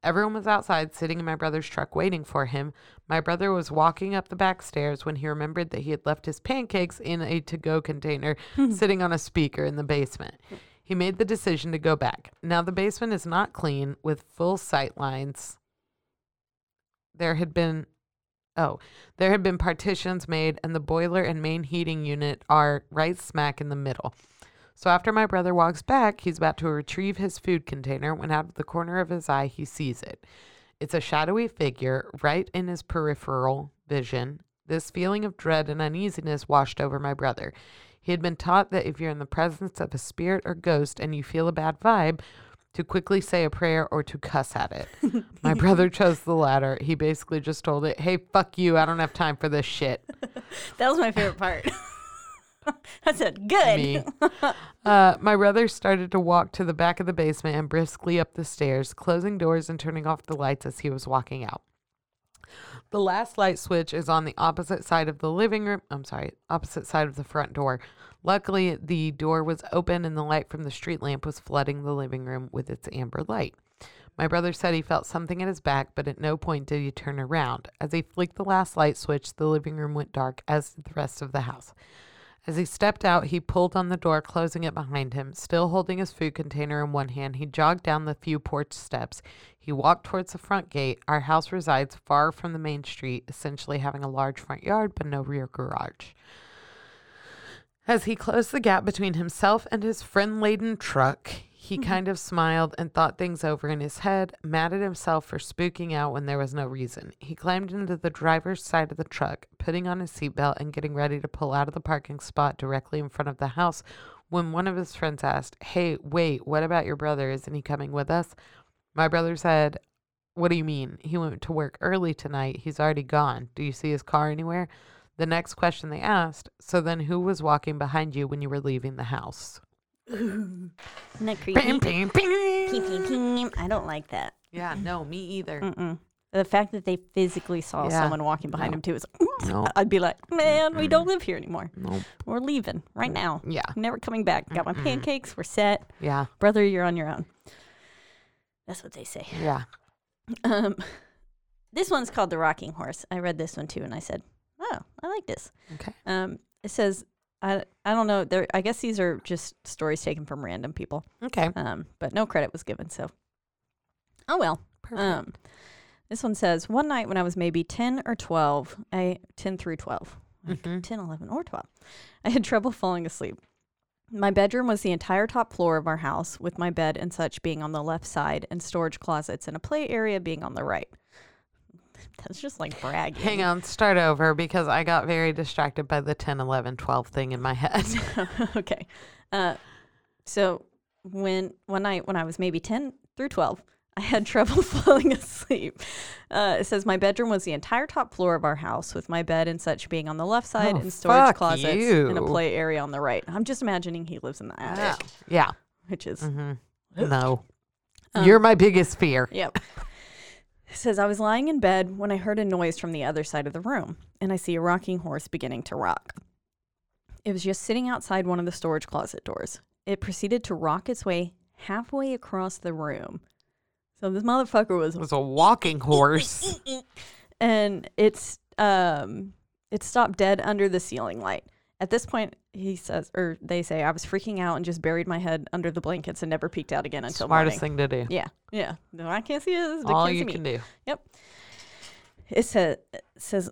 Speaker 1: Everyone was outside sitting in my brother's truck waiting for him. My brother was walking up the back stairs when he remembered that he had left his pancakes in a to go container sitting on a speaker in the basement. He made the decision to go back. Now the basement is not clean with full sight lines. There had been oh, there had been partitions made and the boiler and main heating unit are right smack in the middle. So after my brother walks back, he's about to retrieve his food container when out of the corner of his eye he sees it. It's a shadowy figure right in his peripheral vision. This feeling of dread and uneasiness washed over my brother. He had been taught that if you're in the presence of a spirit or ghost and you feel a bad vibe, to quickly say a prayer or to cuss at it. my brother chose the latter. He basically just told it, hey, fuck you. I don't have time for this shit.
Speaker 2: That was my favorite part. I said, good.
Speaker 1: me. Uh, my brother started to walk to the back of the basement and briskly up the stairs, closing doors and turning off the lights as he was walking out. The last light switch is on the opposite side of the living room. I'm sorry, opposite side of the front door. Luckily, the door was open and the light from the street lamp was flooding the living room with its amber light. My brother said he felt something at his back, but at no point did he turn around. As he flicked the last light switch, the living room went dark, as did the rest of the house. As he stepped out, he pulled on the door, closing it behind him. Still holding his food container in one hand, he jogged down the few porch steps. He walked towards the front gate. Our house resides far from the main street, essentially having a large front yard but no rear garage. As he closed the gap between himself and his friend laden truck, he kind of smiled and thought things over in his head, mad at himself for spooking out when there was no reason. He climbed into the driver's side of the truck, putting on his seatbelt and getting ready to pull out of the parking spot directly in front of the house when one of his friends asked, Hey, wait, what about your brother? Isn't he coming with us? My brother said, What do you mean? He went to work early tonight. He's already gone. Do you see his car anywhere? The next question they asked, So then who was walking behind you when you were leaving the house?
Speaker 2: Isn't that creepy?
Speaker 1: Bing, bing, bing.
Speaker 2: Peep, peep, peep. I don't like that.
Speaker 1: Yeah, no, me either.
Speaker 2: Mm-mm. The fact that they physically saw
Speaker 1: Yeah.
Speaker 2: someone walking behind
Speaker 1: No.
Speaker 2: him too is.
Speaker 1: No.
Speaker 2: I'd be like, man, we don't live here anymore.
Speaker 1: Nope.
Speaker 2: We're leaving right now.
Speaker 1: Yeah,
Speaker 2: I'm never coming back. Got my pancakes. We're set.
Speaker 1: yeah,
Speaker 2: Brother, you're on your own. That's what they say.
Speaker 1: yeah.
Speaker 2: Um, this one's called The Rocking Horse. I read this one too, and I said, oh, I like this.
Speaker 1: Okay.
Speaker 2: Um, it says, I, I don't know. There, I guess these are just stories taken from random people,
Speaker 1: Okay.
Speaker 2: um, but no credit was given. So, oh well.
Speaker 1: Perfect.
Speaker 2: Um, this one says, one night when I was maybe 10 or 12, I, 10 through 12, like
Speaker 1: Mhm.
Speaker 2: 10, 11, or 12, I had trouble falling asleep. My bedroom was the entire top floor of our house, with my bed and such being on the left side and storage closets and a play area being on the right. That's just like bragging.
Speaker 1: Hang on, start over because I got very distracted by the 10, 11, 12 thing in my head.
Speaker 2: okay. Uh, so when one night when I was maybe ten through twelve, I had trouble falling asleep. Uh, it says my bedroom was the entire top floor of our house, with my bed and such being on the left side
Speaker 1: Oh,
Speaker 2: and storage
Speaker 1: fuck
Speaker 2: closets and a
Speaker 1: you.
Speaker 2: play area on the right. I'm just imagining he lives in the
Speaker 1: yeah.
Speaker 2: attic,
Speaker 1: yeah.
Speaker 2: which is
Speaker 1: hmm No.
Speaker 2: Um.
Speaker 1: You're my biggest fear.
Speaker 2: Yep. It says I was lying in bed when I heard a noise from the other side of the room, and I see a rocking horse beginning to rock. It was just sitting outside one of the storage closet doors. It proceeded to rock its way halfway across the room. So this motherfucker was,
Speaker 1: It was a walking horse.
Speaker 2: and it's um, it stopped dead under the ceiling light. At this point, he says, or they say, I was freaking out and just buried my head under the blankets and never peeked out again until
Speaker 1: Smartest
Speaker 2: morning.
Speaker 1: thing to do.
Speaker 2: Yeah, yeah. No, I can't see this. but
Speaker 1: All
Speaker 2: can't see
Speaker 1: you
Speaker 2: me.
Speaker 1: can do.
Speaker 2: Yep. It says says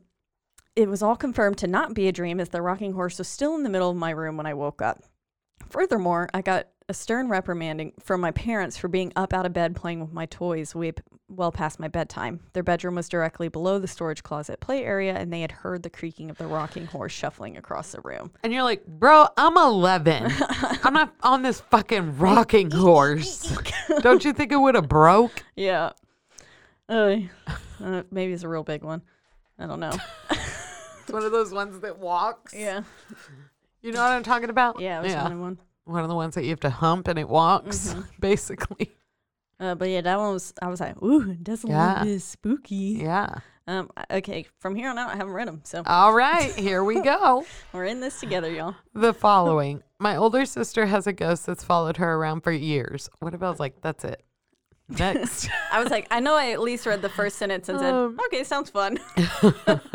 Speaker 2: it was all confirmed to not be a dream as the rocking horse was still in the middle of my room when I woke up. Furthermore, I got a stern reprimanding from my parents for being up out of bed playing with my toys way p- well past my bedtime. Their bedroom was directly below the storage closet play area and they had heard the creaking of the rocking horse shuffling across the room.
Speaker 1: And you're like, bro, I'm 11. I'm not on this fucking rocking horse. Don't you think it would have broke?
Speaker 2: Yeah. Uh, uh, maybe it's a real big one. I don't know.
Speaker 1: It's one of those ones that walks.
Speaker 2: Yeah.
Speaker 1: You know what I'm talking about?
Speaker 2: Yeah, it was one of Mm-hmm. one.
Speaker 1: one of the ones that you have to hump and it walks, basically.
Speaker 2: Uh, but yeah, that one was. I was like, ooh, that's a
Speaker 1: Yeah.
Speaker 2: little bit spooky.
Speaker 1: Yeah.
Speaker 2: Um, I- okay, from here on out, I haven't read them, so
Speaker 1: All right, here we go.
Speaker 2: we're in this together, y'all.
Speaker 1: The following. My older sister has a ghost that's followed her around for years. What if I was like, that's it? Next.
Speaker 2: I was like, I know I at least read the first sentence and
Speaker 1: Um.
Speaker 2: said, okay, sounds fun. and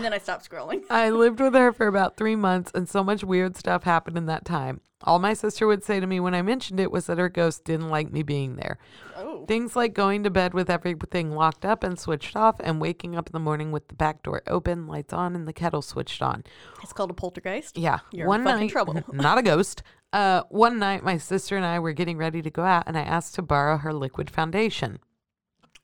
Speaker 2: then I stopped scrolling.
Speaker 1: I lived with her for about three months, and so much weird stuff happened in that time. All my sister would say to me when I mentioned it was that her ghost didn't like me being there.
Speaker 2: Oh.
Speaker 1: Things like going to bed with everything locked up and switched off, and waking up in the morning with the back door open, lights on, and the kettle switched on.
Speaker 2: It's called a poltergeist.
Speaker 1: Yeah.
Speaker 2: You're in fucking
Speaker 1: night,
Speaker 2: trouble.
Speaker 1: not a ghost. Uh, one night, my sister and I were getting ready to go out, and I asked to borrow her liquid foundation.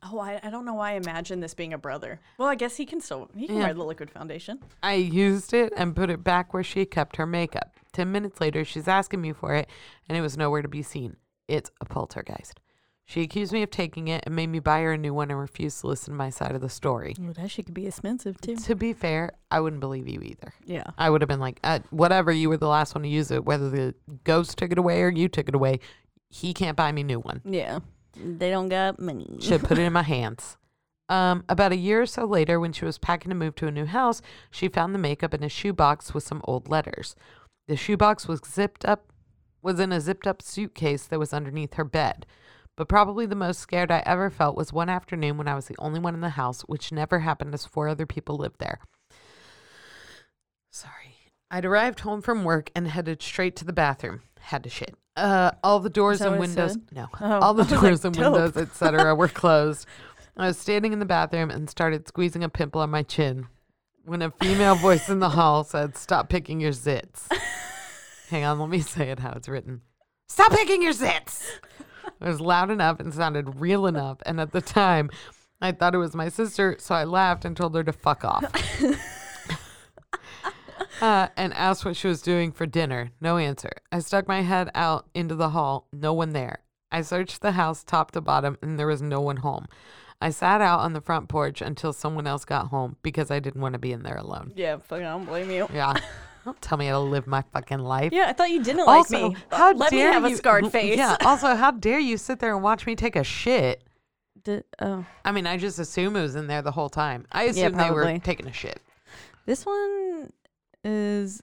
Speaker 2: Oh, I, I don't know why I imagine this being a brother. Well, I guess he can still, he can
Speaker 1: Yeah.
Speaker 2: wear the liquid foundation.
Speaker 1: I used it and put it back where she kept her makeup. Ten minutes later, she's asking me for it, and it was nowhere to be seen. It's a poltergeist. She accused me of taking it and made me buy her a new one and refused to listen to my side of the story.
Speaker 2: Well, that shit could be expensive too.
Speaker 1: To be fair, I wouldn't believe you either.
Speaker 2: Yeah.
Speaker 1: I would have been like, uh, whatever, you were the last one to use it, whether the ghost took it away or you took it away, he can't buy me a new one.
Speaker 2: Yeah. They don't got money.
Speaker 1: Should put it in my hands. Um, about a year or so later, when she was packing to move to a new house, she found the makeup in a shoebox with some old letters. The shoebox was zipped up, was in a zipped up suitcase that was underneath her bed. But probably the most scared I ever felt was one afternoon when I was the only one in the house, which never happened as four other people lived there. Sorry. I'd arrived home from work and headed straight to the bathroom. Had to shit. Uh, all the doors
Speaker 2: that
Speaker 1: and
Speaker 2: what it
Speaker 1: windows.
Speaker 2: said?
Speaker 1: No,
Speaker 2: Oh,
Speaker 1: all the
Speaker 2: I was like,
Speaker 1: doors and
Speaker 2: "Dope."
Speaker 1: windows, etc., were closed. I was standing in the bathroom and started squeezing a pimple on my chin when a female voice in the hall said, "Stop picking your zits." Hang on, let me say it how it's written. Stop picking your zits. It was loud enough and sounded real enough, and at the time, I thought it was my sister, so I laughed and told her to fuck off. uh, and asked what she was doing for dinner. No answer. I stuck my head out into the hall. No one there. I searched the house top to bottom, and there was no one home. I sat out on the front porch until someone else got home because I didn't want to be in there alone.
Speaker 2: Yeah, fucking, I don't blame you.
Speaker 1: Yeah. Don't tell me how to live my fucking life.
Speaker 2: Yeah, I thought you didn't
Speaker 1: also,
Speaker 2: like me.
Speaker 1: how
Speaker 2: Let
Speaker 1: dare
Speaker 2: me have
Speaker 1: you-
Speaker 2: a scarred face.
Speaker 1: Yeah. Also, how dare you sit there and watch me take a shit?
Speaker 2: D- oh.
Speaker 1: I mean, I just assume it was in there the whole time. I assume they were
Speaker 2: probably.
Speaker 1: taking a shit.
Speaker 2: This one is.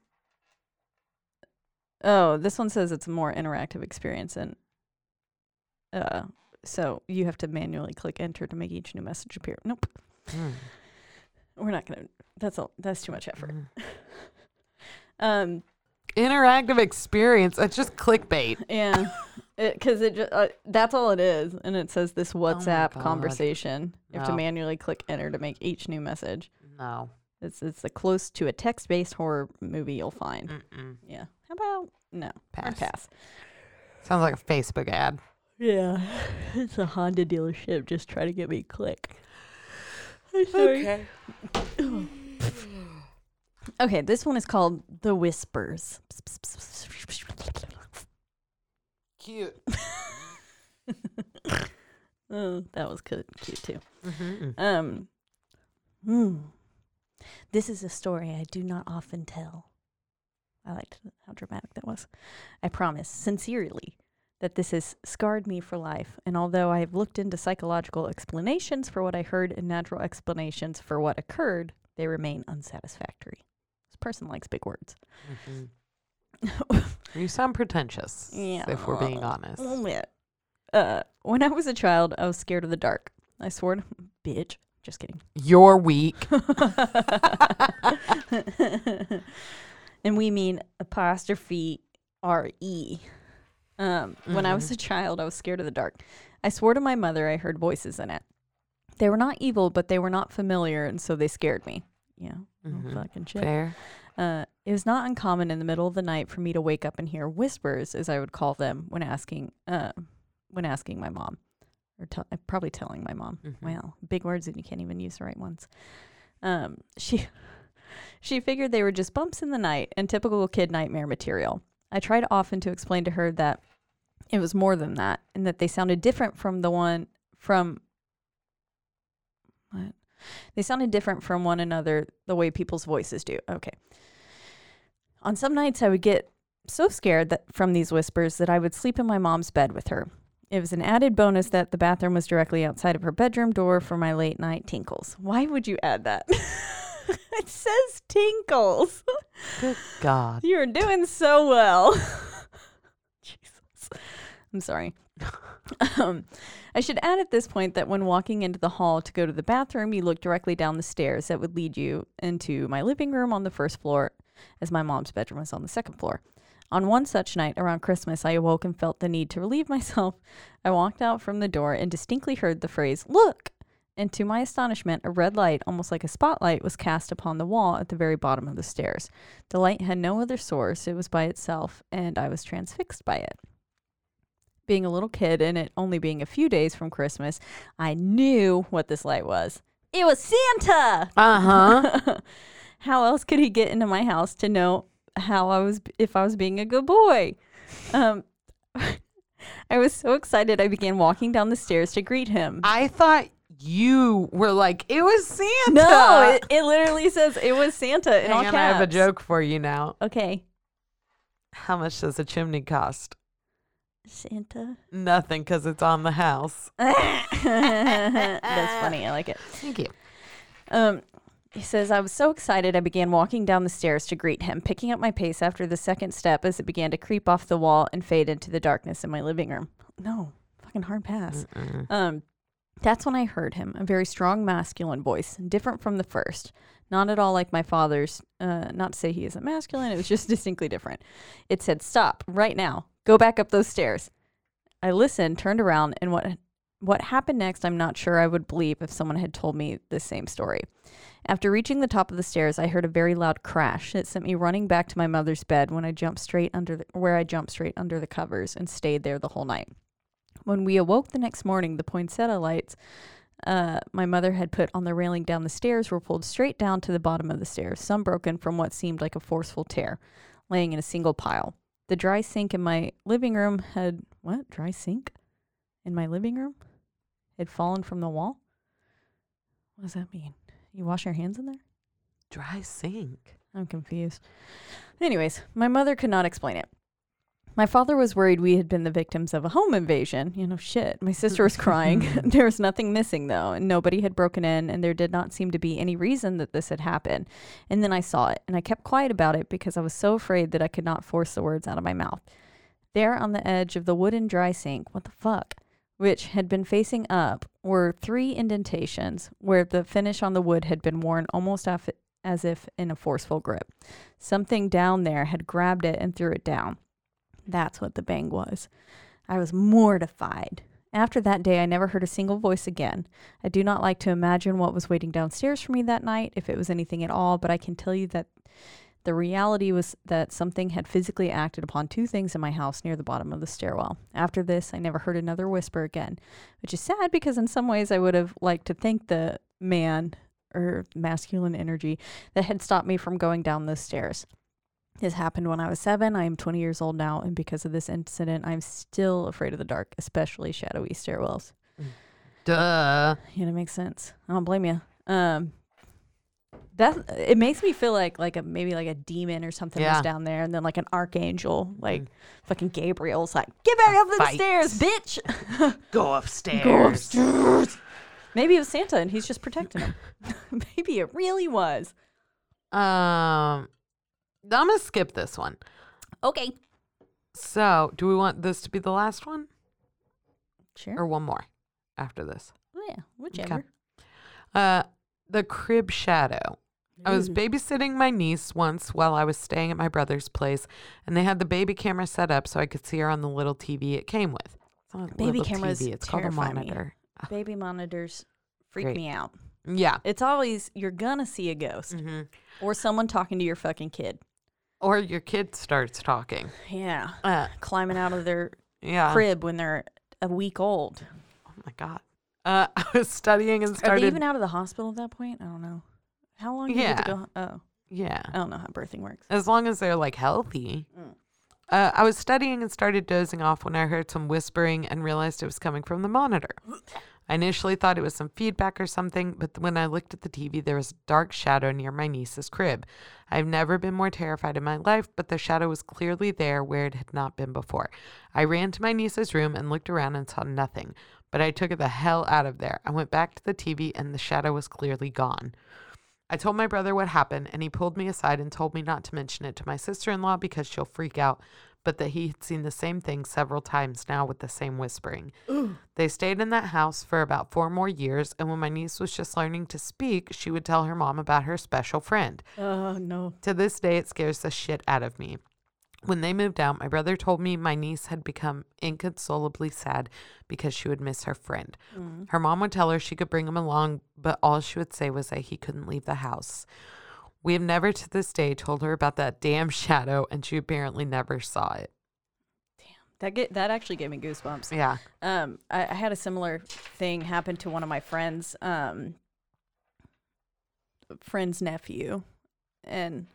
Speaker 2: Oh, this one says it's a more interactive experience, and uh, so you have to manually click enter to make each new message appear. Nope,
Speaker 1: Mm.
Speaker 2: we're not gonna. That's all. That's too much effort. um,
Speaker 1: Interactive experience. That's just clickbait.
Speaker 2: yeah, because it, just uh, that's all it is, and it says this WhatsApp
Speaker 1: Oh God.
Speaker 2: conversation. You have to
Speaker 1: No.
Speaker 2: manually click enter to make each new message.
Speaker 1: No.
Speaker 2: It's it's the close to a text based horror movie you'll find.
Speaker 1: Mm-mm.
Speaker 2: Yeah. How about no? I'd
Speaker 1: Mm. Pass.
Speaker 2: pass.
Speaker 1: Sounds like a Facebook ad.
Speaker 2: Yeah, it's a Honda dealership. Just try to get me click.
Speaker 1: Okay.
Speaker 2: Okay, this one is called The Whispers.
Speaker 1: Cute.
Speaker 2: Oh, that was cu- cute too.
Speaker 1: hmm
Speaker 2: Um, hmm. This is a story I do not often tell. I liked how dramatic that was. I promise, sincerely, that this has scarred me for life. And although I have looked into psychological explanations for what I heard and natural explanations for what occurred, they remain unsatisfactory. This person likes big words.
Speaker 1: You sound pretentious.
Speaker 2: Yeah.
Speaker 1: If we're being honest.
Speaker 2: little bit. Uh, when I was a child, I was scared of the dark. I swore, to, bitch. Just kidding.
Speaker 1: You're weak.
Speaker 2: and we mean apostrophe R E. Um, When I was a child, I was scared of the dark. I swore to my mother I heard voices in it. They were not evil, but they were not familiar, and so they scared me. Yeah, no fucking shit.
Speaker 1: Mm-hmm. Fair.
Speaker 2: Uh, it was not uncommon in the middle of the night for me to wake up and hear whispers, as I would call them, when asking, uh, when asking my mom, or tell uh, probably telling my mom.
Speaker 1: Mm-hmm.
Speaker 2: Wow, big words and you can't even use the right ones. Um, she, she figured they were just bumps in the night and typical kid nightmare material. I tried often to explain to her that it was more than that, and that they sounded different from the one from. What? They sounded different from one another the way people's voices do. Okay. On some nights, I would get so scared that from these whispers that I would sleep in my mom's bed with her. It was an added bonus that the bathroom was directly outside of her bedroom door for my late night tinkles. Why would you add that? it says tinkles.
Speaker 1: Good God.
Speaker 2: You're doing so well. Jesus. I'm sorry. um, I should add at this point that when walking into the hall to go to the bathroom, you look directly down the stairs that would lead you into my living room on the first floor, as my mom's bedroom was on the second floor. On one such night around Christmas, I awoke and felt the need to relieve myself. I walked out from the door and distinctly heard the phrase, Look! And to my astonishment, a red light, almost like a spotlight, was cast upon the wall at the very bottom of the stairs. The light had no other source, it was by itself, and I was transfixed by it being a little kid and it only being a few days from Christmas, I knew what this light was. It was Santa.
Speaker 1: Uh huh.
Speaker 2: How else could he get into my house to know how I was if I was being a good boy? Um, I was so excited I began walking down the stairs to greet him.
Speaker 1: I thought you were like, it was Santa.
Speaker 2: no, it, it literally says it was Santa
Speaker 1: Hang
Speaker 2: in all
Speaker 1: on,
Speaker 2: caps.
Speaker 1: I have a joke for you now.
Speaker 2: Okay,
Speaker 1: How much does a chimney cost?
Speaker 2: Santa.
Speaker 1: Nothing, because it's on the house.
Speaker 2: That's funny. I like it.
Speaker 1: Thank you.
Speaker 2: Um, he says, I was so excited I began walking down the stairs to greet him, picking up my pace after the second step as it began to creep off the wall and fade into the darkness in my living room. No, fucking hard pass. Um, that's when I heard him, a very strong masculine voice, different from the first. Not at all like my father's. Uh, not to say he isn't masculine, it was just distinctly different. It said, Stop, right now. Go back up those stairs. I listened, turned around, and what what happened next I'm not sure I would believe if someone had told me the same story. After reaching the top of the stairs, I heard a very loud crash. It sent me running back to my mother's bed when I jumped straight under the, where I jumped straight under the covers and stayed there the whole night. When we awoke the next morning, the poinsettia lights uh, my mother had put on the railing down the stairs were pulled straight down to the bottom of the stairs, some broken from what seemed like a forceful tear, laying in a single pile. The dry sink in my living room had what? Dry sink in my living room had fallen from the wall. What does that mean? You wash your hands in there?
Speaker 1: Dry sink.
Speaker 2: I'm confused. Anyways, my mother could not explain it. My father was worried we had been the victims of a home invasion. You know, shit. My sister was crying. there was nothing missing, though, and nobody had broken in, and there did not seem to be any reason that this had happened. And then I saw it, and I kept quiet about it because I was so afraid that I could not force the words out of my mouth. There on the edge of the wooden dry sink, what the fuck, which had been facing up, were three indentations where the finish on the wood had been worn almost af- as if in a forceful grip. Something down there had grabbed it and threw it down. That's what the bang was. I was mortified. After that day, I never heard a single voice again. I do not like to imagine what was waiting downstairs for me that night, if it was anything at all, but I can tell you that the reality was that something had physically acted upon two things in my house near the bottom of the stairwell. After this, I never heard another whisper again, which is sad because in some ways I would have liked to thank the man or masculine energy that had stopped me from going down those stairs. This happened when I was seven. I am 20 years old now, and because of this incident, I'm still afraid of the dark, especially shadowy stairwells.
Speaker 1: Duh.
Speaker 2: Yeah, that makes sense. I don't blame you. Um, that it makes me feel like like a maybe like a demon or something
Speaker 1: Yeah. Mm.
Speaker 2: was down there, and then like an archangel, like fucking Gabriel's like, get back up the
Speaker 1: Fight.
Speaker 2: stairs, bitch.
Speaker 1: Go upstairs.
Speaker 2: maybe it was Santa, and he's just protecting him. maybe it really was.
Speaker 1: Um, I'm going to skip this one.
Speaker 2: Okay,
Speaker 1: So, do we want this to be the last one
Speaker 2: sure.
Speaker 1: or one more after this?
Speaker 2: Oh, yeah, whichever.
Speaker 1: Uh, the crib shadow. I was
Speaker 2: Mm.
Speaker 1: babysitting my niece once while I was staying at my brother's place, and they had the baby camera set up so I could see her on the little TV it came with. It's not a
Speaker 2: Baby
Speaker 1: little
Speaker 2: cameras
Speaker 1: TV, It's called a
Speaker 2: terrify me.
Speaker 1: monitor.
Speaker 2: Baby monitors freak
Speaker 1: Great.
Speaker 2: me out.
Speaker 1: Yeah.
Speaker 2: It's always you're gonna see a ghost
Speaker 1: hmm
Speaker 2: or someone talking to your fucking kid.
Speaker 1: Or your kid starts talking.
Speaker 2: Yeah,
Speaker 1: Uh,
Speaker 2: climbing out of their
Speaker 1: yeah.
Speaker 2: crib when they're a week old.
Speaker 1: Oh my god. Uh, I was studying and started.
Speaker 2: Are they even out of the hospital at that point? I don't know. How long do you have to
Speaker 1: Yeah.
Speaker 2: go? Oh,
Speaker 1: yeah.
Speaker 2: I don't know how birthing works.
Speaker 1: As long as they're like healthy. Uh, I was studying and started dozing off when I heard some whispering and realized it was coming from the monitor. I initially thought it was some feedback or something, but when I looked at the TV, there was a dark shadow near my niece's crib. I've never been more terrified in my life, but the shadow was clearly there where it had not been before. I ran to my niece's room and looked around and saw nothing, but I took it the hell out of there. I went back to the TV and the shadow was clearly gone. I told my brother what happened, and he pulled me aside and told me not to mention it to my sister in law because she'll freak out. but that he had seen the same thing several times now with the same whispering. They stayed in that house for about four more years, and when my niece was just learning to speak, she would tell her mom about her special friend.
Speaker 2: Oh, no.
Speaker 1: To this day, it scares the shit out of me. When they moved out, my brother told me my niece had become inconsolably sad because she would miss her friend. Her mom would tell her she could bring him along, but all she would say was that he couldn't leave the house. We have never to this day told her about that damn shadow, and she apparently never saw it.
Speaker 2: That, get, that actually gave me goosebumps.
Speaker 1: Yeah.
Speaker 2: um, I, I had a similar thing happen to one of my friends, um, friend's nephew, and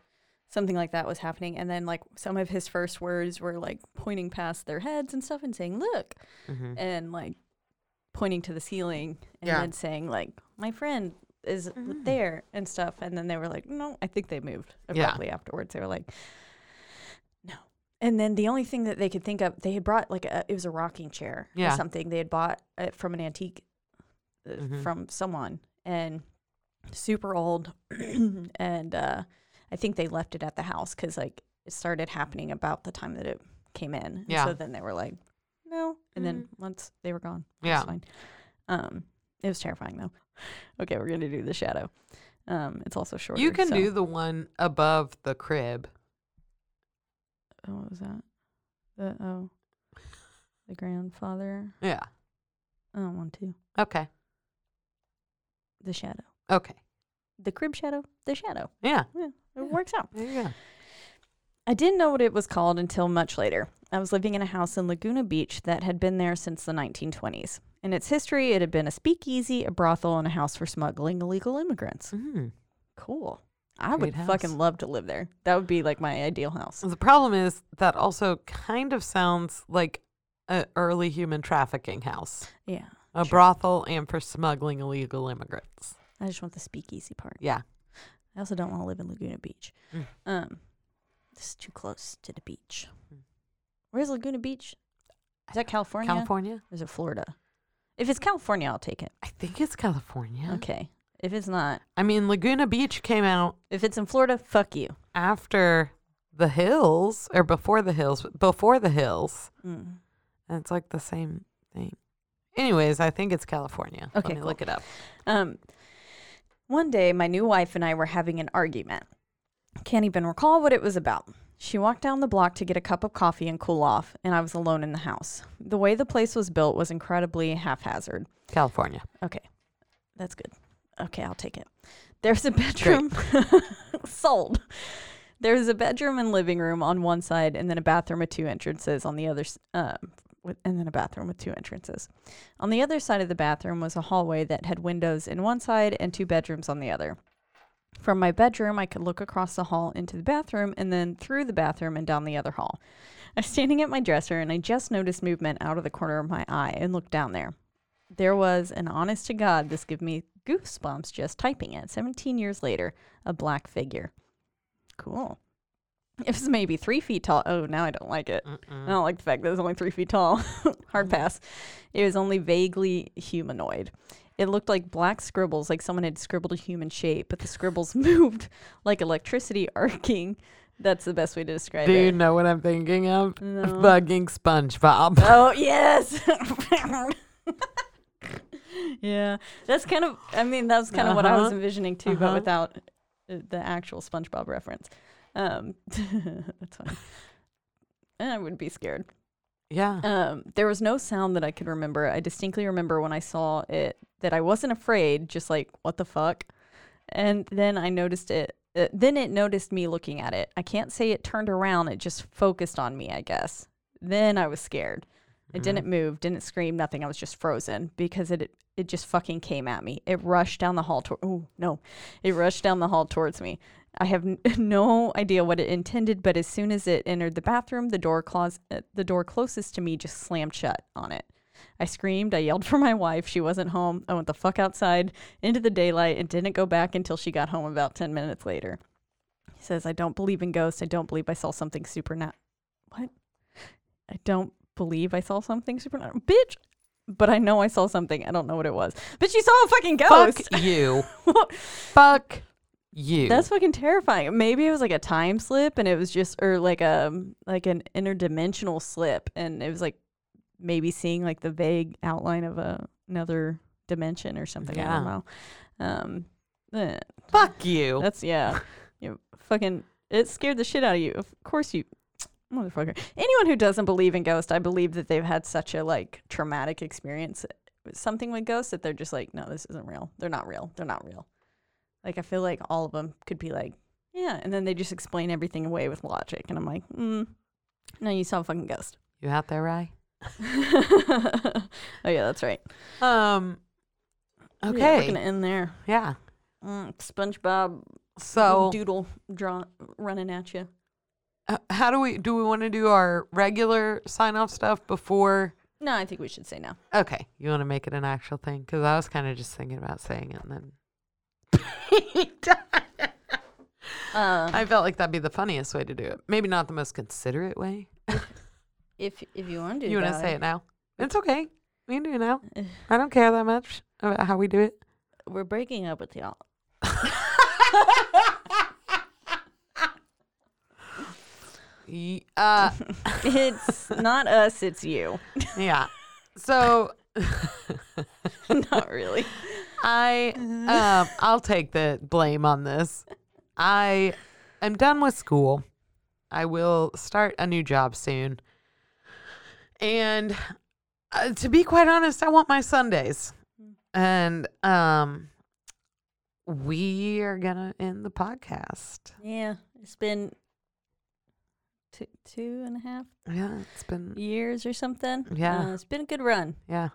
Speaker 2: something like that was happening. And then like some of his first words were like pointing past their heads and stuff and saying, "Look,"
Speaker 1: Mhm.
Speaker 2: and like pointing to the ceiling and
Speaker 1: Yeah.
Speaker 2: then saying like, "My friend." Is there and stuff, and then they were like, "No, I think they moved."
Speaker 1: Yeah.
Speaker 2: Abruptly afterwards, they were like, "No." And then the only thing that they could think of, they had brought like a, it was a rocking chair,
Speaker 1: Yeah.
Speaker 2: or something they had bought it from an antique uh,
Speaker 1: Mhm.
Speaker 2: from someone and super old and uh, i think they left it at the house because like it started happening about the time that it came in And
Speaker 1: Yeah.
Speaker 2: so then they were like no and then once they were gone
Speaker 1: Mm-hmm.
Speaker 2: it was
Speaker 1: Yeah.
Speaker 2: fine um it was terrifying though okay we're gonna do the shadow um it's also short
Speaker 1: You can do the one above the crib.
Speaker 2: oh, what was that the oh the grandfather
Speaker 1: Yeah.
Speaker 2: oh one two
Speaker 1: Okay.
Speaker 2: the shadow
Speaker 1: Okay.
Speaker 2: the crib shadow the shadow
Speaker 1: Yeah.
Speaker 2: it
Speaker 1: Yeah.
Speaker 2: works out
Speaker 1: There you go.
Speaker 2: I didn't know what it was called until much later. I was living in a house in Laguna Beach that had been there since the 1920s. In its history, it had been a speakeasy, a brothel, and a house for smuggling illegal immigrants.
Speaker 1: Mm.
Speaker 2: Cool. I would
Speaker 1: Great house.
Speaker 2: fucking love to live there. That would be like my ideal house.
Speaker 1: The problem is that also kind of sounds like an early human trafficking house,
Speaker 2: Yeah.
Speaker 1: a brothel, and for smuggling illegal immigrants.
Speaker 2: I just want the speakeasy part.
Speaker 1: Yeah.
Speaker 2: I also don't want to live in Laguna Beach.
Speaker 1: Mm.
Speaker 2: Um, this is too close to the beach. Where's Laguna Beach? Is that California?
Speaker 1: California?
Speaker 2: Or is it Florida? If it's California, I'll take it.
Speaker 1: I think it's California.
Speaker 2: Okay. If it's not,
Speaker 1: I mean, Laguna Beach came out
Speaker 2: if it's in Florida, fuck you.
Speaker 1: after the hills or before the hills, but before the hills.
Speaker 2: Mm.
Speaker 1: And it's like the same thing. Anyways, I think it's California. Let
Speaker 2: Okay,
Speaker 1: me
Speaker 2: cool.
Speaker 1: look it up.
Speaker 2: Um, one day, my new wife and I were having an argument. Can't even recall what it was about. She walked down the block to get a cup of coffee and cool off, and I was alone in the house. The way the place was built was incredibly haphazard.
Speaker 1: California.
Speaker 2: Okay, that's good. Okay, I'll take it. There's a bedroom sold. There's a bedroom and living room on one side, and then a bathroom with two entrances on the other. s- Um, with, and then a bathroom with two entrances. On the other side of the bathroom was a hallway that had windows in one side and two bedrooms on the other. From my bedroom, I could look across the hall into the bathroom and then through the bathroom and down the other hall. I was standing at my dresser and I just noticed movement out of the corner of my eye and looked down there. There was, and honest to God, this gave me goosebumps just typing it. 17 years later, a black figure. Cool. It was maybe three feet tall. Oh, now I don't like it. I
Speaker 1: Uh-huh.
Speaker 2: don't like the fact that it was only three feet tall. Hard pass. It was only vaguely humanoid. It looked like black scribbles, like someone had scribbled a human shape, but the scribbles moved like electricity arcing. That's the best way to describe
Speaker 1: Do
Speaker 2: it.
Speaker 1: you know what I'm thinking of?
Speaker 2: No.
Speaker 1: Fucking SpongeBob.
Speaker 2: Oh yes. yeah, that's kind of. I mean, that was kind of what I was
Speaker 1: Uh-huh.
Speaker 2: envisioning too, but
Speaker 1: Uh-huh.
Speaker 2: without uh, the actual SpongeBob reference. Um, that's funny. I would be scared.
Speaker 1: Yeah.
Speaker 2: Um, there was no sound that I could remember. I distinctly remember when I saw it that I wasn't afraid, just like what the fuck. And then I noticed it. Uh, then it noticed me looking at it. I can't say it turned around. It just focused on me, I guess. Then I was scared. I didn't move, didn't scream, nothing. I was just frozen because it it just fucking came at me. It rushed down the hall. To- oh no, it rushed down the hall towards me. I have n- no idea what it intended, but as soon as it entered the bathroom, the door clos- uh, the door closest to me just slammed shut on it. I screamed. I yelled for my wife. She wasn't home. I went the fuck outside into the daylight and didn't go back until she got home about ten minutes later. He says, "I don't believe in ghosts. I don't believe I saw something supernatural." What? I don't believe I saw something supernatural, bitch. But I know I saw something. I don't know what it was. But you saw a fucking ghost.
Speaker 1: Fuck you.
Speaker 2: What?
Speaker 1: Fuck you.
Speaker 2: That's fucking terrifying. Maybe it was like a time slip and it was just or like a like an interdimensional slip and it was like maybe seeing like the vague outline of a, another dimension or something. I don't
Speaker 1: Yeah.
Speaker 2: know. Um eh,
Speaker 1: fuck you.
Speaker 2: that's yeah. You fucking it scared the shit out of you. Of course you motherfucker. Anyone who doesn't believe in ghosts, I believe that they've had such a like traumatic experience with something with ghosts that they're just like, no, this isn't real. They're not real. They're not real. Like I feel like all of them could be like, yeah, and then they just explain everything away with logic, and I'm like, mm, no, you saw a fucking ghost.
Speaker 1: You out there, Rye?
Speaker 2: oh yeah, that's right.
Speaker 1: Um.
Speaker 2: Yeah,
Speaker 1: Okay.
Speaker 2: we're gonna end there.
Speaker 1: yeah.
Speaker 2: Mm, SpongeBob
Speaker 1: So,
Speaker 2: doodle draw running at you.
Speaker 1: h- how do we do? We want to do our regular sign off stuff before.
Speaker 2: No, I think we should say no.
Speaker 1: Okay, you want to make it an actual thing? Because I was kind of just thinking about saying it, and then
Speaker 2: Uh,
Speaker 1: I felt like that'd be the funniest way to do it. Maybe not the most considerate way.
Speaker 2: if if you Eh. want to,
Speaker 1: You want to
Speaker 2: that.
Speaker 1: say it now? It's okay. We can do it now. I don't care that much about how we do it.
Speaker 2: We're breaking up with y'all.
Speaker 1: Ye- Uh,
Speaker 2: It's not us. It's you.
Speaker 1: yeah. So
Speaker 2: not really.
Speaker 1: I um I'll take the blame on this. I am done with school. I will start a new job soon. And uh, to be quite honest, I want my Sundays. And um we are going to end the podcast.
Speaker 2: Yeah, it's been two two and a half
Speaker 1: Yeah, it's been
Speaker 2: years or something.
Speaker 1: Yeah.
Speaker 2: Uh, it's been a good run,
Speaker 1: yeah, it's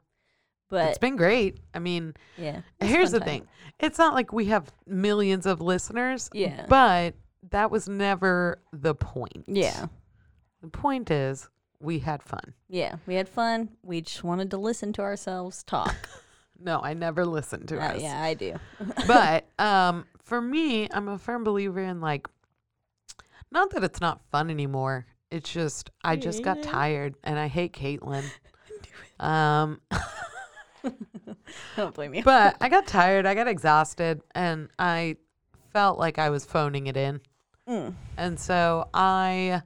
Speaker 2: but
Speaker 1: been great. I mean,
Speaker 2: yeah. it's
Speaker 1: Here's the
Speaker 2: fun time.
Speaker 1: thing. It's not like we have millions of listeners.
Speaker 2: Yeah.
Speaker 1: But that was never the point.
Speaker 2: Yeah,
Speaker 1: The point is we had fun.
Speaker 2: yeah. We had fun. We just wanted to listen to ourselves talk.
Speaker 1: No, I never listened to
Speaker 2: Uh,
Speaker 1: us.
Speaker 2: yeah, I do.
Speaker 1: but um for me, I'm a firm believer in like not that it's not fun anymore. It's just I just got tired and I hate Caitlin. Um
Speaker 2: I don't blame you.
Speaker 1: but I got tired, I got exhausted, and I felt like I was phoning it in.
Speaker 2: Mm.
Speaker 1: And so I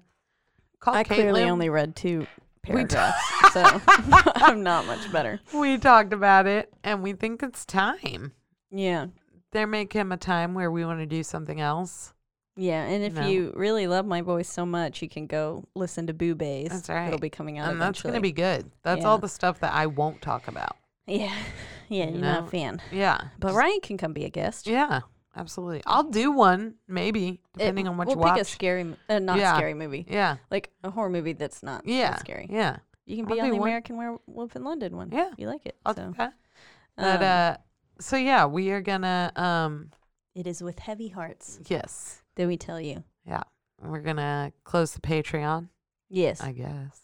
Speaker 1: called
Speaker 2: I
Speaker 1: Caitlin.
Speaker 2: clearly only read two paragraphs, so I'm not much better.
Speaker 1: we talked about it and we think it's time.
Speaker 2: Yeah.
Speaker 1: There may come a time where we want to do something else.
Speaker 2: Yeah, and if
Speaker 1: No.
Speaker 2: you really love my voice so much, you can go listen to Boo Bays.
Speaker 1: That's right.
Speaker 2: It'll be coming out
Speaker 1: and that's
Speaker 2: eventually.
Speaker 1: going to be good. That's all
Speaker 2: Yeah.
Speaker 1: the stuff that I won't talk about.
Speaker 2: Yeah, yeah, you're not
Speaker 1: know,
Speaker 2: a fan,
Speaker 1: Yeah.
Speaker 2: but Ryan can come be a guest.
Speaker 1: Yeah, absolutely. I'll do one, maybe, depending on what
Speaker 2: we'll
Speaker 1: you
Speaker 2: pick
Speaker 1: watch.
Speaker 2: a scary, m- uh, not
Speaker 1: Yeah.
Speaker 2: scary movie,
Speaker 1: yeah.
Speaker 2: like a horror movie that's not that
Speaker 1: Yeah.
Speaker 2: scary.
Speaker 1: Yeah.
Speaker 2: You can
Speaker 1: I'll
Speaker 2: be on
Speaker 1: do
Speaker 2: the
Speaker 1: one.
Speaker 2: American Werewolf in London one.
Speaker 1: Yeah.
Speaker 2: you like it.
Speaker 1: I'll
Speaker 2: so
Speaker 1: do that. But,
Speaker 2: um,
Speaker 1: uh, so yeah, we are going to, um,
Speaker 2: it is with heavy hearts
Speaker 1: yes.
Speaker 2: that we tell you.
Speaker 1: Yeah. We're going to close the Patreon,
Speaker 2: Yes,
Speaker 1: I guess.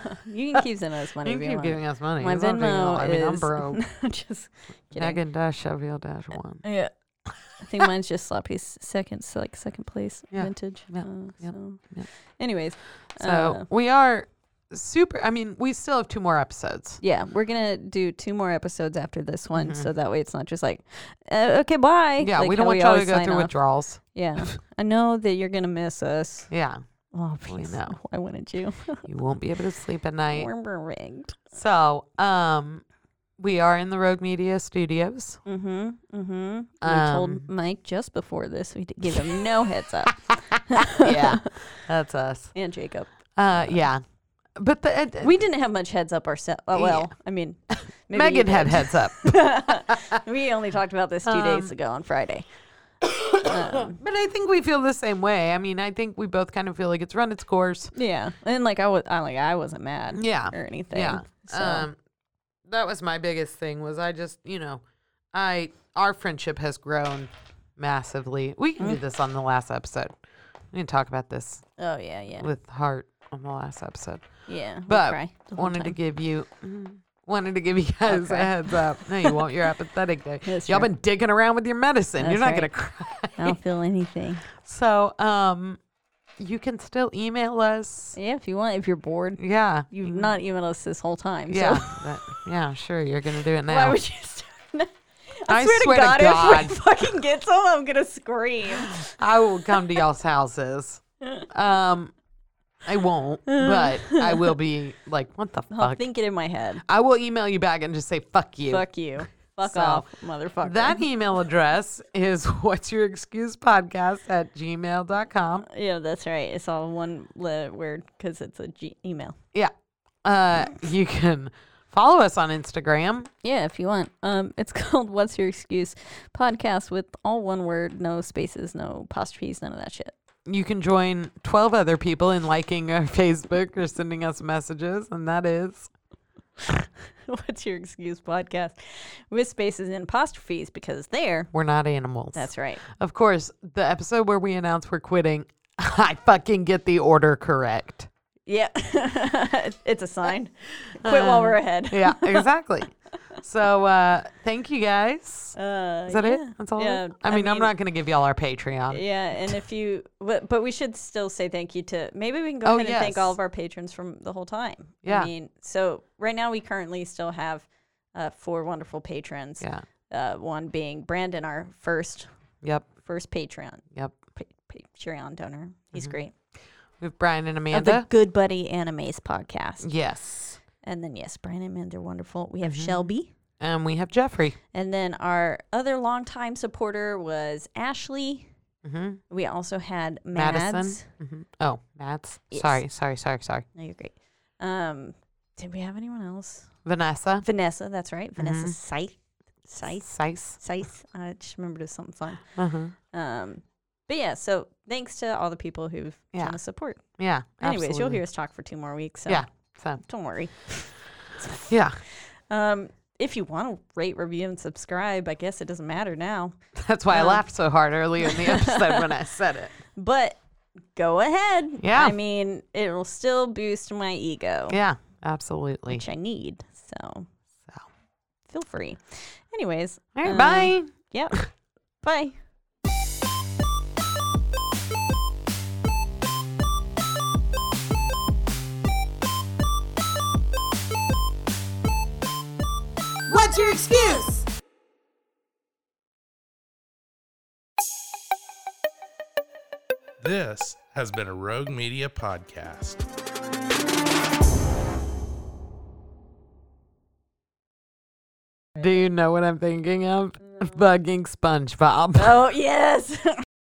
Speaker 2: you can keep sending us money
Speaker 1: You
Speaker 2: if you
Speaker 1: keep
Speaker 2: want.
Speaker 1: giving us money.
Speaker 2: my
Speaker 1: It's not doing all-
Speaker 2: Venmo
Speaker 1: I mean, I'm
Speaker 2: is-
Speaker 1: broke.
Speaker 2: Just kidding.
Speaker 1: Megan dash Cheville dash one.
Speaker 2: Yeah. I think mine's just sloppy s- second, so like second place
Speaker 1: Yeah.
Speaker 2: vintage.
Speaker 1: Yeah.
Speaker 2: Uh,
Speaker 1: Yep.
Speaker 2: So.
Speaker 1: Yep.
Speaker 2: Anyways,
Speaker 1: So
Speaker 2: uh,
Speaker 1: we are super. I mean, we still have two more episodes.
Speaker 2: yeah, we're gonna do two more episodes after this one, so that way it's not just like, uh, okay, bye.
Speaker 1: Mm-hmm. Yeah,
Speaker 2: Like
Speaker 1: we don't
Speaker 2: how
Speaker 1: want y'all to
Speaker 2: always
Speaker 1: go
Speaker 2: sign
Speaker 1: through
Speaker 2: off.
Speaker 1: withdrawals.
Speaker 2: Yeah, I know that you're gonna miss us.
Speaker 1: Yeah,
Speaker 2: Oh,
Speaker 1: We
Speaker 2: please,
Speaker 1: know.
Speaker 2: I wanted you.
Speaker 1: you won't be able to sleep at night.
Speaker 2: We're rigged.
Speaker 1: So, um, we are in the Rogue Media Studios.
Speaker 2: Mm-hmm. Mm-hmm. we
Speaker 1: Um,
Speaker 2: told Mike just before this. We d- gave him no heads up.
Speaker 1: yeah, that's us.
Speaker 2: And Jacob,
Speaker 1: Uh, yeah, but the it,
Speaker 2: we didn't have much heads up ourselves.
Speaker 1: Yeah.
Speaker 2: well, I mean, maybe you
Speaker 1: Megan had
Speaker 2: did.
Speaker 1: heads up,
Speaker 2: we only talked about this two days
Speaker 1: Um,
Speaker 2: ago on Friday. Um,
Speaker 1: but I think we feel the same way. I mean, I think we both kind of feel like it's run its course.
Speaker 2: Yeah, and like I was, I like I wasn't mad.
Speaker 1: Yeah.
Speaker 2: or anything.
Speaker 1: Yeah.
Speaker 2: So,
Speaker 1: Um, that was my biggest thing was I just, you know, I our friendship has grown massively. We can do
Speaker 2: Mm.
Speaker 1: this on the last episode. We can talk about this
Speaker 2: oh yeah, yeah,
Speaker 1: with heart on the last episode.
Speaker 2: yeah. we
Speaker 1: But
Speaker 2: cry the whole
Speaker 1: wanted to
Speaker 2: time. Mm-hmm.
Speaker 1: give you mm, wanted to give you guys a
Speaker 2: cry.
Speaker 1: heads up. No, you won't. You're apathetic there.
Speaker 2: That's
Speaker 1: Y'all
Speaker 2: true.
Speaker 1: been digging around with your medicine. You're not
Speaker 2: That's
Speaker 1: gonna cry.
Speaker 2: right. I don't feel anything.
Speaker 1: So um you can still email us.
Speaker 2: Yeah, if you want, if you're bored,
Speaker 1: Yeah.
Speaker 2: you've not emailed us this whole time.
Speaker 1: Mm-hmm. yeah,
Speaker 2: So
Speaker 1: that- yeah, sure. You're gonna do it now.
Speaker 2: why would you? Start?
Speaker 1: I
Speaker 2: swear,
Speaker 1: swear to
Speaker 2: to God,
Speaker 1: God.
Speaker 2: if we fucking get some, I'm gonna scream.
Speaker 1: I will come to y'all's houses. Um, I won't, but I will be like, what the
Speaker 2: I'll
Speaker 1: fuck?
Speaker 2: think it in my head.
Speaker 1: I will email you back and just say, fuck you.
Speaker 2: Fuck you. Fuck
Speaker 1: So,
Speaker 2: off, motherfucker.
Speaker 1: That email address is what's your excuse podcast at gmail.com.
Speaker 2: yeah, that's right. It's all one le- word because it's a G- email.
Speaker 1: Yeah. Uh, you can follow us on Instagram.
Speaker 2: Yeah, if you want. Um, it's called "What's Your Excuse" podcast with all one word, no spaces, no apostrophes, none of that shit.
Speaker 1: You can join 12 other people in liking our Facebook or sending us messages. And that is,
Speaker 2: What's Your Excuse podcast with spaces and apostrophes because there.
Speaker 1: we're not animals.
Speaker 2: That's right.
Speaker 1: Of course, the episode where we announce we're quitting, I fucking get the order correct.
Speaker 2: Yeah, it's a sign. Quit while we're ahead.
Speaker 1: Yeah, exactly. so uh thank you guys.
Speaker 2: Uh,
Speaker 1: Is that
Speaker 2: yeah.
Speaker 1: it? That's all.
Speaker 2: Yeah,
Speaker 1: it- I, mean, I'm not gonna give y'all our Patreon.
Speaker 2: Yeah, and if you, but, but we should still say thank you to. Maybe we can go
Speaker 1: Oh,
Speaker 2: ahead and thank all
Speaker 1: yes.
Speaker 2: of our patrons from the whole time.
Speaker 1: Yeah.
Speaker 2: I mean, so right now we currently still have uh, four wonderful patrons.
Speaker 1: Yeah.
Speaker 2: Uh, one being Brandon, our first
Speaker 1: Yep.
Speaker 2: first Patreon
Speaker 1: Yep.
Speaker 2: pa- Patreon donor. He's great.
Speaker 1: With Brian and
Speaker 2: Of the
Speaker 1: Amanda. Mm.
Speaker 2: Good Buddy Animes podcast.
Speaker 1: yes.
Speaker 2: And then yes, Brian and Amanda are wonderful. We have
Speaker 1: Mm-hmm.
Speaker 2: Shelby.
Speaker 1: And we have Jeffrey.
Speaker 2: And then our other longtime supporter was Ashley.
Speaker 1: hmm
Speaker 2: We also had Mads.
Speaker 1: Madison. hmm Oh, Mads.
Speaker 2: Yes.
Speaker 1: Sorry, sorry, sorry, sorry.
Speaker 2: No, you're great. Um, did we have anyone else?
Speaker 1: Vanessa.
Speaker 2: Vanessa, that's right.
Speaker 1: Mm-hmm.
Speaker 2: Vanessa Scythe. Scythe.
Speaker 1: Sice.
Speaker 2: Scythe. I just remembered it was something fun.
Speaker 1: Uh-huh.
Speaker 2: Um, but yeah, so thanks to all the people who've
Speaker 1: Yeah.
Speaker 2: done us support.
Speaker 1: Yeah.
Speaker 2: Anyways, you'll
Speaker 1: absolutely.
Speaker 2: hear us talk for two more weeks. So
Speaker 1: Yeah. So
Speaker 2: Don't worry.
Speaker 1: yeah.
Speaker 2: Um, if you want to rate, review, and subscribe, I guess it doesn't matter now.
Speaker 1: That's why I
Speaker 2: Um,
Speaker 1: laughed so hard earlier in the episode when I said it.
Speaker 2: But go ahead.
Speaker 1: Yeah.
Speaker 2: I mean, it will still boost my ego,
Speaker 1: Yeah, absolutely.
Speaker 2: which I need. So
Speaker 1: So.
Speaker 2: feel free. Anyways.
Speaker 1: All right,
Speaker 2: um,
Speaker 1: bye.
Speaker 2: Yep. Bye.
Speaker 3: What's your excuse?
Speaker 5: This has been a Rogue Media podcast.
Speaker 1: Do you know what I'm thinking of? Fucking SpongeBob.
Speaker 2: Oh, yes.